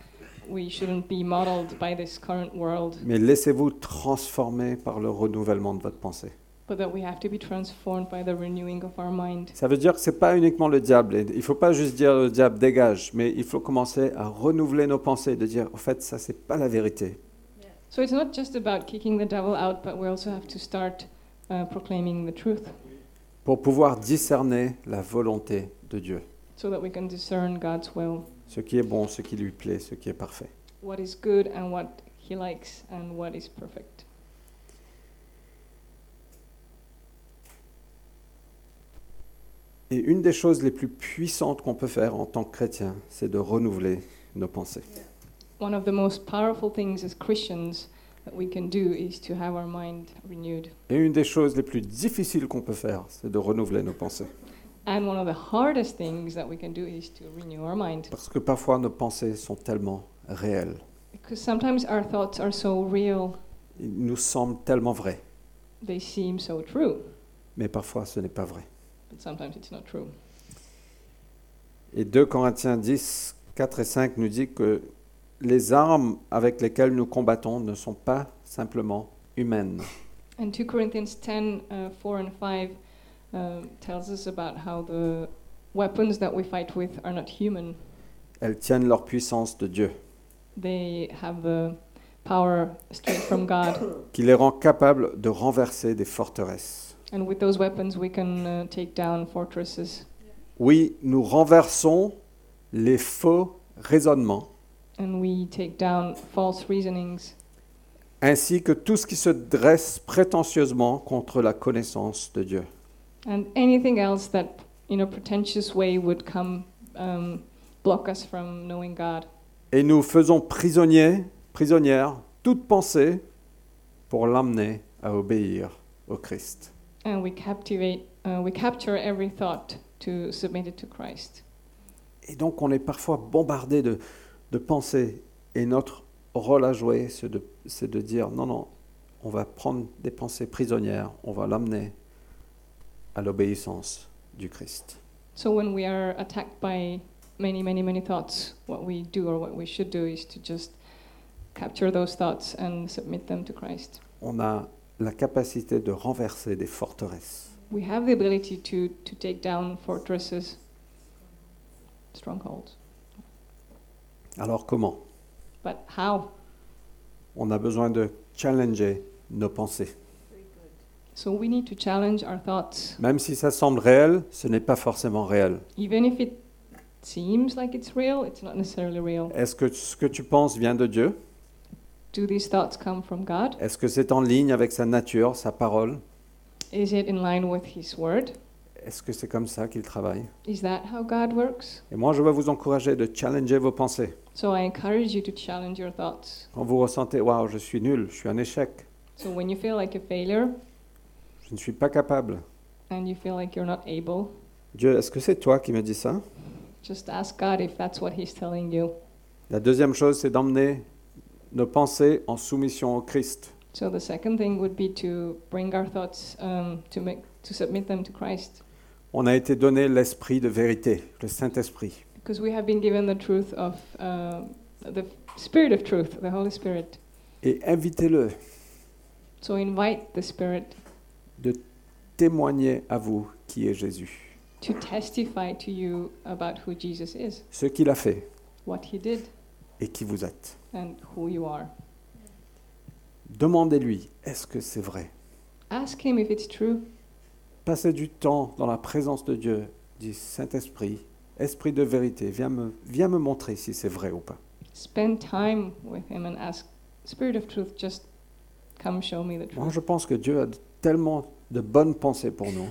S2: we shouldn't be modeled by this current world,
S1: mais laissez-vous transformer par le renouvellement de votre pensée.
S2: but that we have to be transformed by the renewing of our mind.
S1: Ça veut dire que ce n'est pas uniquement le diable. Et Il ne faut pas juste dire le diable dégage, mais il faut commencer à renouveler nos pensées, de dire en fait, ça, c'est pas la vérité.
S2: So it's not just about kicking the devil out, but we also have to start uh, proclaiming the truth
S1: Pour pouvoir discerner la volonté de Dieu,
S2: so that we can discern God's will,
S1: ce qui est bon, ce qui lui plaît, ce qui est parfait.
S2: what is good and what he likes and what is perfect.
S1: Et une des choses les plus puissantes qu'on peut faire en tant que chrétien, c'est de renouveler nos pensées.
S2: One of the most powerful things as Christians that we can do is to have our mind renewed.
S1: Et une des choses les plus difficiles qu'on peut faire, c'est de renouveler nos pensées.
S2: And one of the hardest things that we can do is to renew our mind.
S1: Parce que parfois nos pensées sont tellement réelles,
S2: Because sometimes our thoughts are so real,
S1: ils nous semblent tellement vraies,
S2: they seem so true,
S1: mais parfois ce n'est pas vrai.
S2: but sometimes it's not true.
S1: Et 2 Corinthiens 10, 4 et 5 nous dit que les armes avec lesquelles nous combattons ne sont pas simplement humaines.
S2: And 2 Corinthians 10 uh, 4 and 5 um, tells us about how the weapons that we fight with are not human,
S1: Elles tiennent leur puissance de Dieu,
S2: they have the power straight from God.
S1: qui les rend capables de renverser des forteresses.
S2: And with those weapons, we can uh, take down fortresses.
S1: Oui, nous renversons les faux raisonnements,
S2: And we take down false reasonings
S1: ainsi que tout ce qui se dresse prétentieusement contre la connaissance de Dieu.
S2: and anything else that, in a pretentious way, would come um, block us from knowing God.
S1: Et nous faisons prisonniers, prisonnières, toute pensée pour l'amener à obéir au Christ.
S2: and we captivate uh, we capture every thought to submit it to christ
S1: Et donc on est parfois bombardé de, de pensées et notre rôle à jouer, c'est de, c'est de dire non, non, on va prendre des pensées prisonnières, on va l'amener à l'obéissance du Christ.
S2: so when we are attacked by many many many thoughts what we do or what we should do is to just capture those thoughts and submit them to christ
S1: On a la capacité de renverser des forteresses.
S2: we have the ability to to take down fortresses strongholds
S1: Alors comment
S2: but how
S1: On a besoin de challenger nos pensées.
S2: so we need to challenge our thoughts
S1: Même si ça semble réel, ce n'est pas forcément réel.
S2: even if it seems like it's real it's not necessarily real
S1: Est-ce que ce que tu penses vient de Dieu
S2: do these thoughts come from god
S1: Est-ce que c'est en ligne avec sa nature, sa parole
S2: is it in line with his word
S1: est-ce que c'est comme ça qu'il travaille
S2: Is that how God works?
S1: Et moi, je veux vous encourager de challenger vos pensées.
S2: So I encourage you to challenge your thoughts.
S1: Quand vous ressentez, waouh, je suis nul, je suis un échec,
S2: So when you feel like a failure
S1: je ne suis pas capable.
S2: and you feel like you're not able,
S1: Dieu, est-ce que c'est toi qui me dis ça
S2: just ask God if that's what He's telling you.
S1: La deuxième chose, c'est d'emmener nos pensées en soumission au Christ.
S2: So the second thing would be to bring our thoughts um, to make to submit them to Christ,
S1: On a été donné l'esprit de vérité, le Saint-Esprit.
S2: because we have been given the truth of uh, the Spirit of Truth, the Holy Spirit.
S1: Et invitez-le
S2: So invite the Spirit
S1: de témoigner à vous qui est Jésus,
S2: to testify to you about who Jesus is,
S1: ce qu'il a fait
S2: what He did,
S1: et qui vous êtes.
S2: and who you are.
S1: Demandez-lui, est-ce que c'est vrai
S2: Ask Him if it's true.
S1: Passez du temps dans la présence de Dieu, dit Saint-Esprit, Esprit de vérité, viens me, viens me montrer si c'est vrai ou pas.
S2: Spend time with Him and ask Spirit of Truth, just come show me the truth.
S1: Moi, je pense que Dieu a tellement de bonnes pensées pour nous,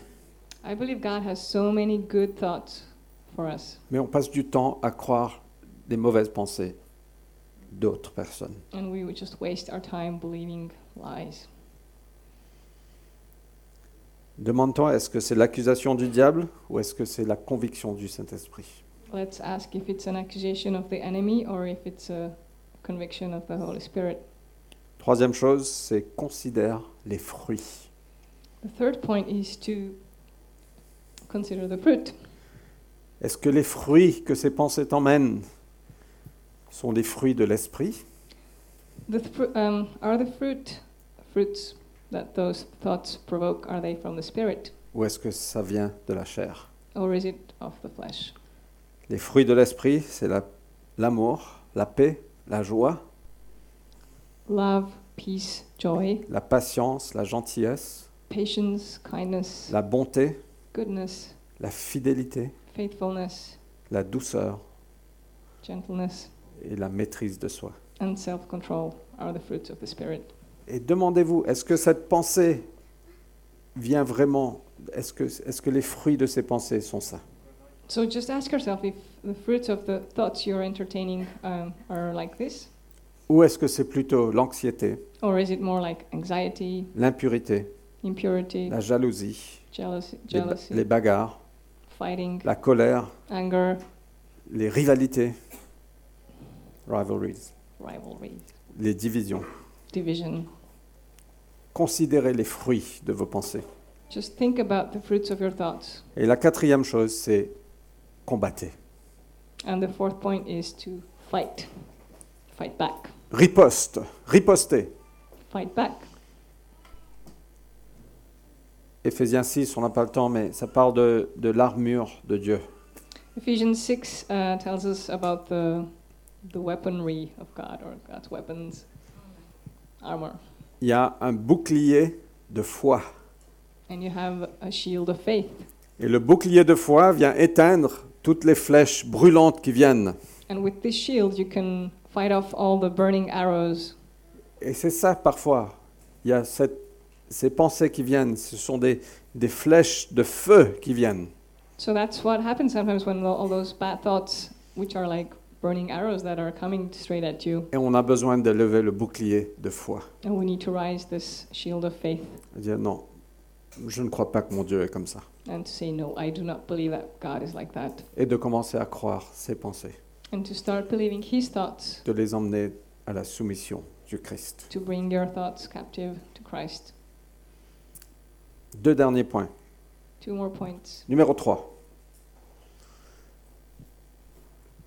S2: I believe God has so many good thoughts for us,
S1: mais on passe du temps à croire des mauvaises pensées d'autres personnes.
S2: and we would just waste our time believing lies.
S1: Demande-toi, est-ce que c'est l'accusation du diable ou est-ce que c'est la conviction du Saint-Esprit
S2: Let's ask if it's an accusation of the enemy or if it's a conviction of the Holy Spirit.
S1: Troisième chose, c'est considère les fruits.
S2: The third point is to consider the fruit.
S1: Est-ce que les fruits que ces pensées t'emmènent sont les fruits de l'esprit
S2: The fru- um, are the fruit fruits that those thoughts provoke are they from the spirit
S1: ou est-ce que ça vient de la chair
S2: or is it of the flesh?
S1: Les fruits de l'esprit, c'est la- l'amour, la paix, la joie,
S2: Love, peace, joy,
S1: la patience, la gentillesse,
S2: patience, kindness,
S1: la bonté,
S2: goodness,
S1: la fidélité,
S2: faithfulness,
S1: la douceur
S2: gentleness,
S1: et la maîtrise de soi.
S2: and self-control are the fruits of the spirit.
S1: Et demandez-vous, est-ce que cette pensée vient vraiment Est-ce que, est que les fruits de ces pensées sont ça
S2: So just ask yourself if the fruits of the thoughts you're entertaining um, are like this,
S1: Ou est-ce que c'est plutôt l'anxiété,
S2: or is it more like anxiety,
S1: l'impurité,
S2: impurity,
S1: la jalousie,
S2: jealousy,
S1: les, ba-
S2: jealousy,
S1: les bagarres,
S2: fighting,
S1: la colère,
S2: anger,
S1: les rivalités, rivalries,
S2: rivalry,
S1: les divisions
S2: division?
S1: Considérez les fruits de vos pensées.
S2: Just think about the fruits of your thoughts.
S1: Et la quatrième chose, c'est combattez.
S2: And the fourth point is to fight. Fight back.
S1: Riposte, ripostez.
S2: Fight back.
S1: Éphésiens 6, on n'a pas le temps, mais ça parle de, de l'armure de Dieu.
S2: Ephesians 6 uh, tells us about the, the weaponry of God or God's weapons, armor.
S1: Il y a un bouclier de foi.
S2: And you have a shield of faith.
S1: Et le bouclier de foi vient éteindre toutes les flèches brûlantes qui viennent.
S2: And with this shield, you can fight off all the burning arrows.
S1: Et c'est ça parfois. Il y a cette- ces pensées qui viennent. Ce sont des, des flèches de feu qui viennent.
S2: So that's what happens sometimes when all those bad thoughts, which are like burning arrows that are coming straight at you,
S1: Et on a besoin de lever le bouclier de foi.
S2: and we need to rise this shield of faith.
S1: Et dire non, je ne crois pas que mon Dieu est comme ça.
S2: and to say no i do not believe that god is like that
S1: Et de commencer à croire ses pensées,
S2: and to start believing his thoughts
S1: de les emmener à la soumission du Christ.
S2: to bring your thoughts captive to christ
S1: Deux derniers points.
S2: two more points
S1: Numéro 3.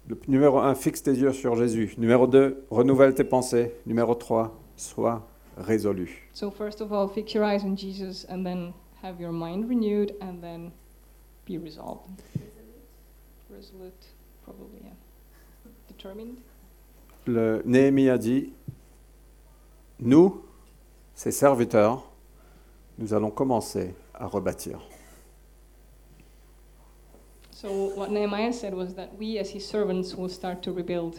S1: Le p- numéro 1, fixe tes yeux sur Jésus. Numéro 2, renouvelle tes pensées. Numéro 3, sois résolu.
S2: so first of all fix your eyes on jesus and then have your mind renewed and then be resolved resolute probably yeah determined
S1: Le Néhémie a dit Nous, ses serviteurs, nous allons commencer à rebâtir.
S2: so what nehemiah said was that we as his servants will start to rebuild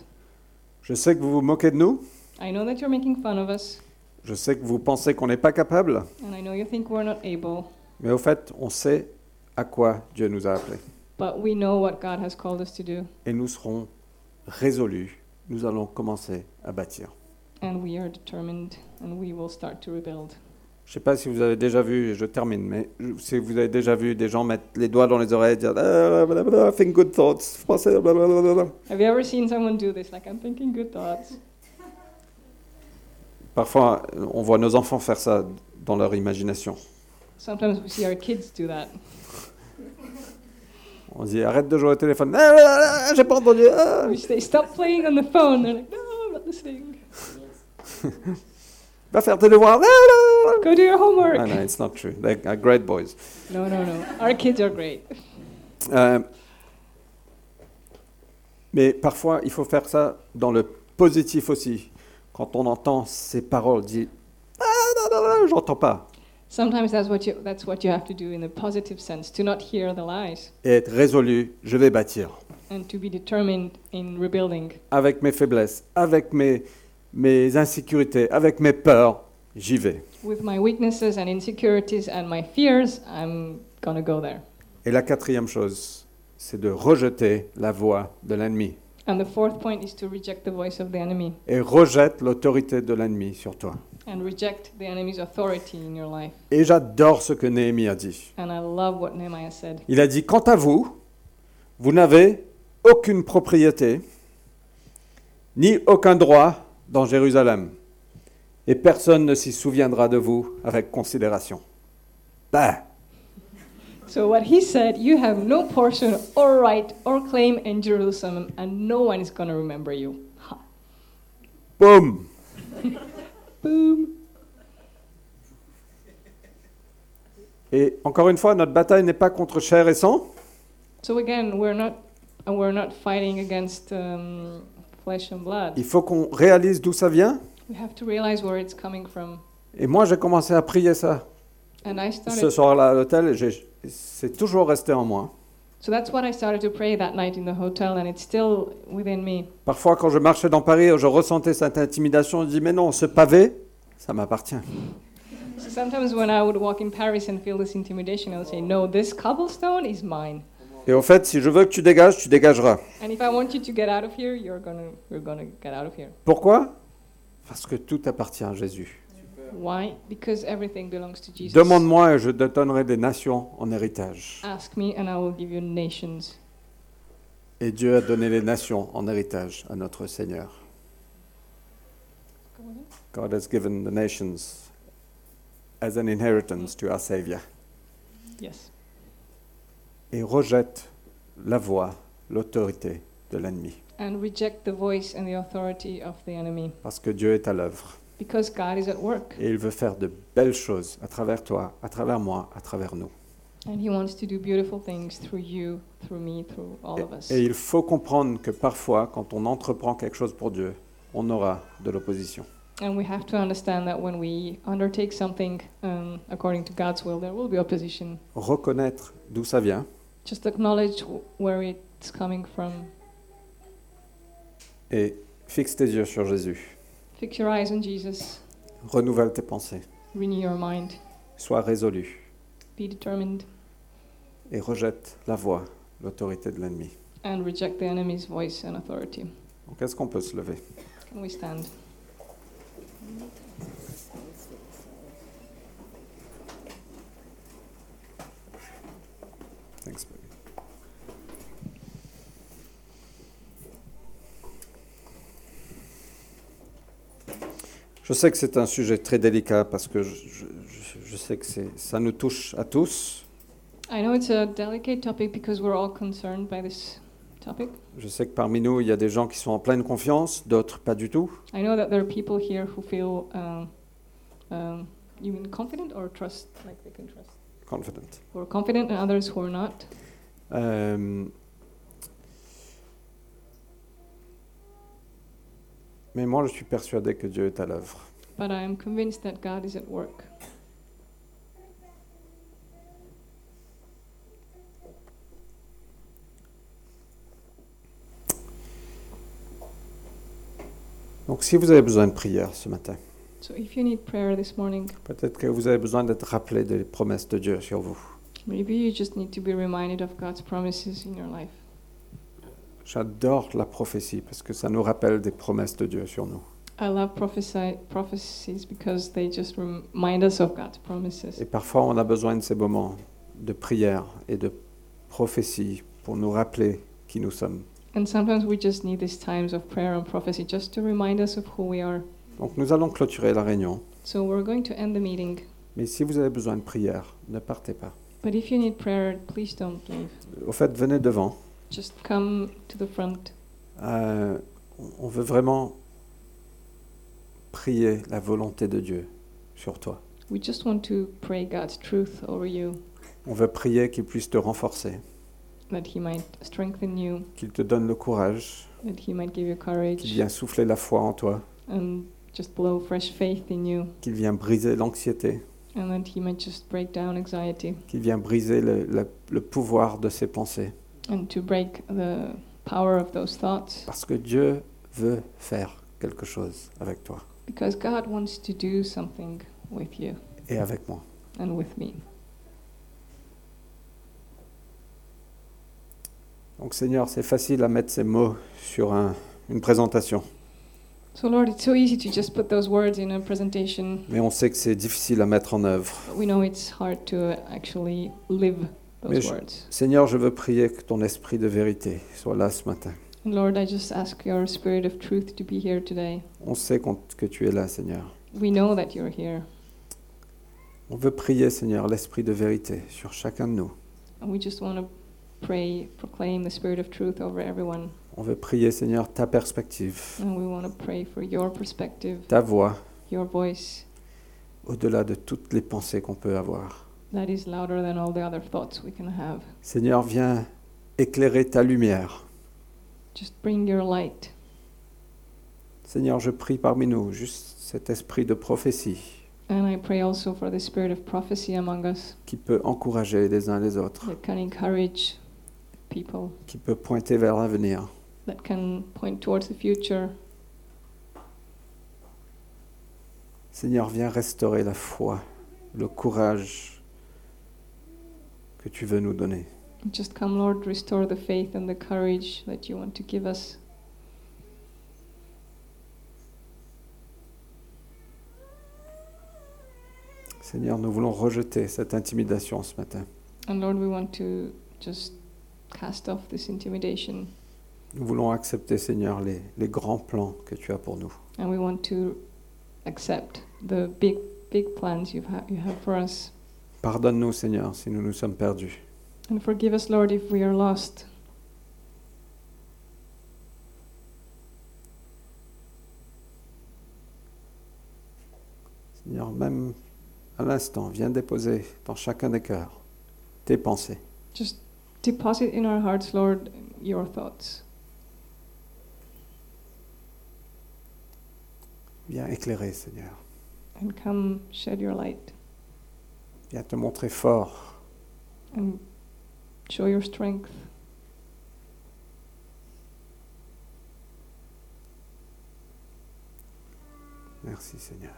S1: Je sais que vous vous moquez de nous.
S2: i know that you're making fun of us
S1: Je sais que vous pensez qu'on n'est pas capable.
S2: and i know you think we're not able
S1: Mais au fait, on sait à quoi Dieu nous a appelés.
S2: But we know what God has called us to do,
S1: Et nous serons résolus. Nous allons commencer à bâtir.
S2: and we are determined, and we will start to rebuild.
S1: Je ne sais pas si vous avez déjà vu, et je termine, mais je- si vous avez déjà vu des gens mettre les doigts dans les oreilles et dire Ah, blablabla, think good thoughts, français, blablabla.
S2: Have you ever seen someone do this? Like, I'm thinking good thoughts.
S1: Parfois, on voit nos enfants faire ça dans leur imagination.
S2: Sometimes we see our kids do that.
S1: On dit arrête de jouer au téléphone. Ah, là, là, j'ai pas entendu. ah.
S2: Which Oh, they stop playing on the phone. They're like, no, I'm not listening.
S1: Va faire tes devoirs. Ah, là, là.
S2: Go do your homework.
S1: Ah, non, it's not true. They are great boys.
S2: No, no, no. Our kids are great.
S1: Euh, mais parfois, il faut faire ça dans le positif aussi. Quand on entend ces paroles, dit ah, non, non, non, j'entends pas.
S2: Sometimes that's what you that's what you have to do in a positive sense to not hear the lies
S1: Et être résolu, je vais bâtir.
S2: and to be determined in rebuilding
S1: Avec mes faiblesses, avec mes, mes insécurités, avec mes peurs, j'y vais.
S2: with my weaknesses and insecurities and my fears I'm going to go there.
S1: Et la quatrième chose, c'est de rejeter la voix de l'ennemi.
S2: And the fourth point is to reject the voice of the enemy
S1: et rejette l'autorité de l'ennemi sur toi.
S2: and reject the enemy's authority in your life.
S1: Et j'adore ce que Néhémie a dit.
S2: And I love what Nehemiah said.
S1: Il a dit Quant à vous, vous n'avez aucune propriété, ni aucun droit dans Jérusalem, et personne ne s'y souviendra de vous avec considération. Bah
S2: So what he said, you have no portion or right or claim in Jerusalem and no one is going to remember you. Ha.
S1: Boum
S2: Boom.
S1: Et encore une fois, notre bataille n'est pas contre chair et sang,
S2: So again, we're not and we're not fighting against um, flesh and blood.
S1: il faut qu'on réalise d'où ça vient.
S2: We have to realize where it's coming from.
S1: Et moi, j'ai commencé à prier ça
S2: And I
S1: ce
S2: started.
S1: soir-là à l'hôtel, et j'ai- c'est toujours resté en moi.
S2: So that's what I started to pray that night in the hotel, and it's still within me.
S1: Parfois, quand je marchais dans Paris, je ressentais cette intimidation. Je dis, mais non, ce pavé, ça m'appartient.
S2: So sometimes when I would walk in Paris and feel this intimidation, I would say, "No, this cobblestone is mine."
S1: Et au fait, si je veux que tu dégages, tu dégageras.
S2: And if I want you to get out of here, you're gonna, you're gonna get out of here.
S1: Pourquoi Parce que tout appartient à Jésus.
S2: Why? Because everything belongs to Jesus.
S1: Demande-moi et je te donnerai des nations en héritage.
S2: Ask me, and I will give you nations.
S1: Et Dieu a donné les nations en héritage à notre Seigneur. God has given the nations as an inheritance to our Savior.
S2: Yes.
S1: Et rejette la voix, l'autorité de l'ennemi.
S2: And reject the voice and the authority of the enemy,
S1: Parce que Dieu est à l'œuvre.
S2: because God is at work.
S1: Et il veut faire de belles choses à travers toi, à travers moi, à travers nous.
S2: And he wants to do beautiful things through you, through me, through all
S1: Et,
S2: of us.
S1: et il faut comprendre que parfois, quand on entreprend quelque chose pour Dieu, on aura de l'opposition.
S2: And we have to understand that when we undertake something um, according to God's will, there will be opposition.
S1: Reconnaître d'où ça vient
S2: Just acknowledge w- where it's coming from.
S1: et fixe tes yeux sur Jésus.
S2: Fix your eyes on Jesus,
S1: Renouvelle tes pensées.
S2: renew your mind,
S1: Sois résolu
S2: be determined,
S1: et rejette la voix, l'autorité de l'ennemi.
S2: and reject the enemy's voice and authority.
S1: Donc est-ce qu'on peut se lever
S2: Can we stand?
S1: Thanks, baby. Je sais que c'est un sujet très délicat parce que je, je- je- je sais que c'est- ça nous touche à tous.
S2: I know it's a delicate topic because we're all concerned by this topic.
S1: Je sais que parmi nous, il y a des gens qui sont en pleine confiance, d'autres pas du tout.
S2: I know that there are people here who feel, um, um, you mean confident or trust, like they can trust,
S1: Confident.
S2: who are confident and others who are not.
S1: Euh, mais moi, je suis persuadé que Dieu est à l'œuvre.
S2: But I am convinced that God is at work.
S1: Donc si vous avez besoin de prière ce matin,
S2: So if you need prayer this morning,
S1: peut-être que vous avez besoin d'être rappelé des promesses de Dieu sur vous.
S2: Maybe you just need to be reminded of God's promises in your life.
S1: J'adore la prophétie parce que ça nous rappelle des promesses de Dieu sur nous.
S2: I love prophesy, prophecies because they just remind us of God's promises.
S1: Et parfois, on a besoin de ces moments de prière et de prophétie pour nous rappeler qui nous sommes.
S2: And sometimes we just need these times of prayer and prophecy just to remind us of who we are.
S1: Donc, nous allons clôturer la réunion.
S2: So we're going to end the meeting.
S1: Mais si vous avez besoin de prière, ne partez pas.
S2: But if you need prayer, please don't leave.
S1: Au fait, venez devant.
S2: Just come to the front.
S1: Euh, on- on veut vraiment prier la volonté de Dieu sur toi.
S2: We just want to pray God's truth over you,
S1: On veut prier qu'il puisse te renforcer,
S2: that He might strengthen you,
S1: qu'il te donne le courage,
S2: that He might give you
S1: qu'il
S2: courage,
S1: vienne souffler la foi en toi,
S2: and just blow fresh faith in you,
S1: qu'il vienne briser l'anxiété,
S2: and that He might just break down anxiety
S1: qu'il vienne briser le, le- le pouvoir de ses pensées.
S2: and to break the power of those thoughts.
S1: Parce que Dieu veut faire quelque chose avec toi
S2: Because God wants to do something with you
S1: et avec moi.
S2: and with me.
S1: Donc Seigneur, c'est facile à mettre ces mots sur un- une présentation,
S2: So, Lord, it's so easy to just put those words in a presentation
S1: mais on sait que c'est difficile à mettre en œuvre.
S2: We know it's hard to actually live
S1: Mais
S2: those
S1: je-
S2: words.
S1: Seigneur, je veux prier que ton esprit de vérité soit là ce matin.
S2: And Lord, I just ask your spirit of truth to be here today.
S1: On sait qu'on- que tu es là, Seigneur.
S2: We know that you're here.
S1: On veut prier, Seigneur, l'esprit de vérité sur chacun de nous.
S2: And we just want to pray, proclaim the spirit of truth over everyone.
S1: On veut prier, Seigneur, ta perspective,
S2: And we want to pray for your perspective,
S1: ta voix,
S2: your voice
S1: au-delà de toutes les pensées qu'on peut avoir.
S2: that is louder than all the other thoughts we can have.
S1: Seigneur, viens éclairer ta lumière.
S2: Just bring your light.
S1: Seigneur, je prie parmi nous juste cet esprit de prophétie
S2: And I pray also for the spirit of prophecy among us
S1: qui peut encourager les uns les autres,
S2: that can encourage people,
S1: qui peut pointer vers l'avenir.
S2: that can point towards the future.
S1: Seigneur, viens restaurer la foi, le courage que tu veux nous donner.
S2: Just come, Lord, restore the faith and the courage that you want to give us.
S1: Seigneur, nous voulons rejeter cette intimidation ce matin.
S2: And Lord, we want to just cast off this intimidation
S1: Nous voulons accepter, Seigneur, les, les grands plans que tu as pour nous.
S2: and we want to accept the big, big plans you've ha- you have for us.
S1: Pardonne-nous, Seigneur, si nous nous sommes perdus.
S2: And forgive us, Lord, if we are lost.
S1: Seigneur, même à l'instant, viens déposer dans chacun des cœurs tes pensées.
S2: Just deposit in our hearts, Lord, your thoughts.
S1: Viens éclairer, Seigneur.
S2: And come, shed your light
S1: Viens te montrer fort.
S2: and show your strength.
S1: Merci, Seigneur.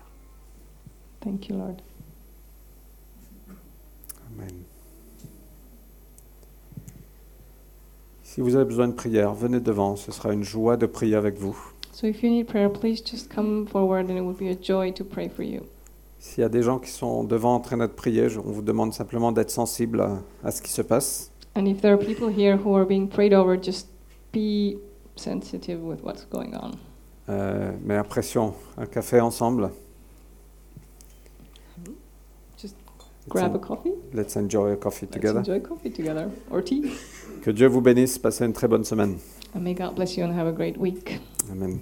S2: Thank you, Lord.
S1: Amen. Si vous avez besoin de prière, venez devant. Ce sera une joie de prier avec vous.
S2: So if you need prayer, please just come forward and it would be a joy to pray for you.
S1: S'il y a des gens qui sont devant en train de prier, je- on vous demande simplement d'être sensible à, à ce qui se passe.
S2: And if there are people here who are being prayed over, just be sensitive with what's going on.
S1: Euh, mais après, si on- un café ensemble,
S2: Just grab a
S1: let's, en-
S2: coffee.
S1: let's enjoy a coffee together.
S2: Let's enjoy coffee together or tea.
S1: Que Dieu vous bénisse, passez une très bonne semaine.
S2: And may God bless you and have a great week.
S1: Amen.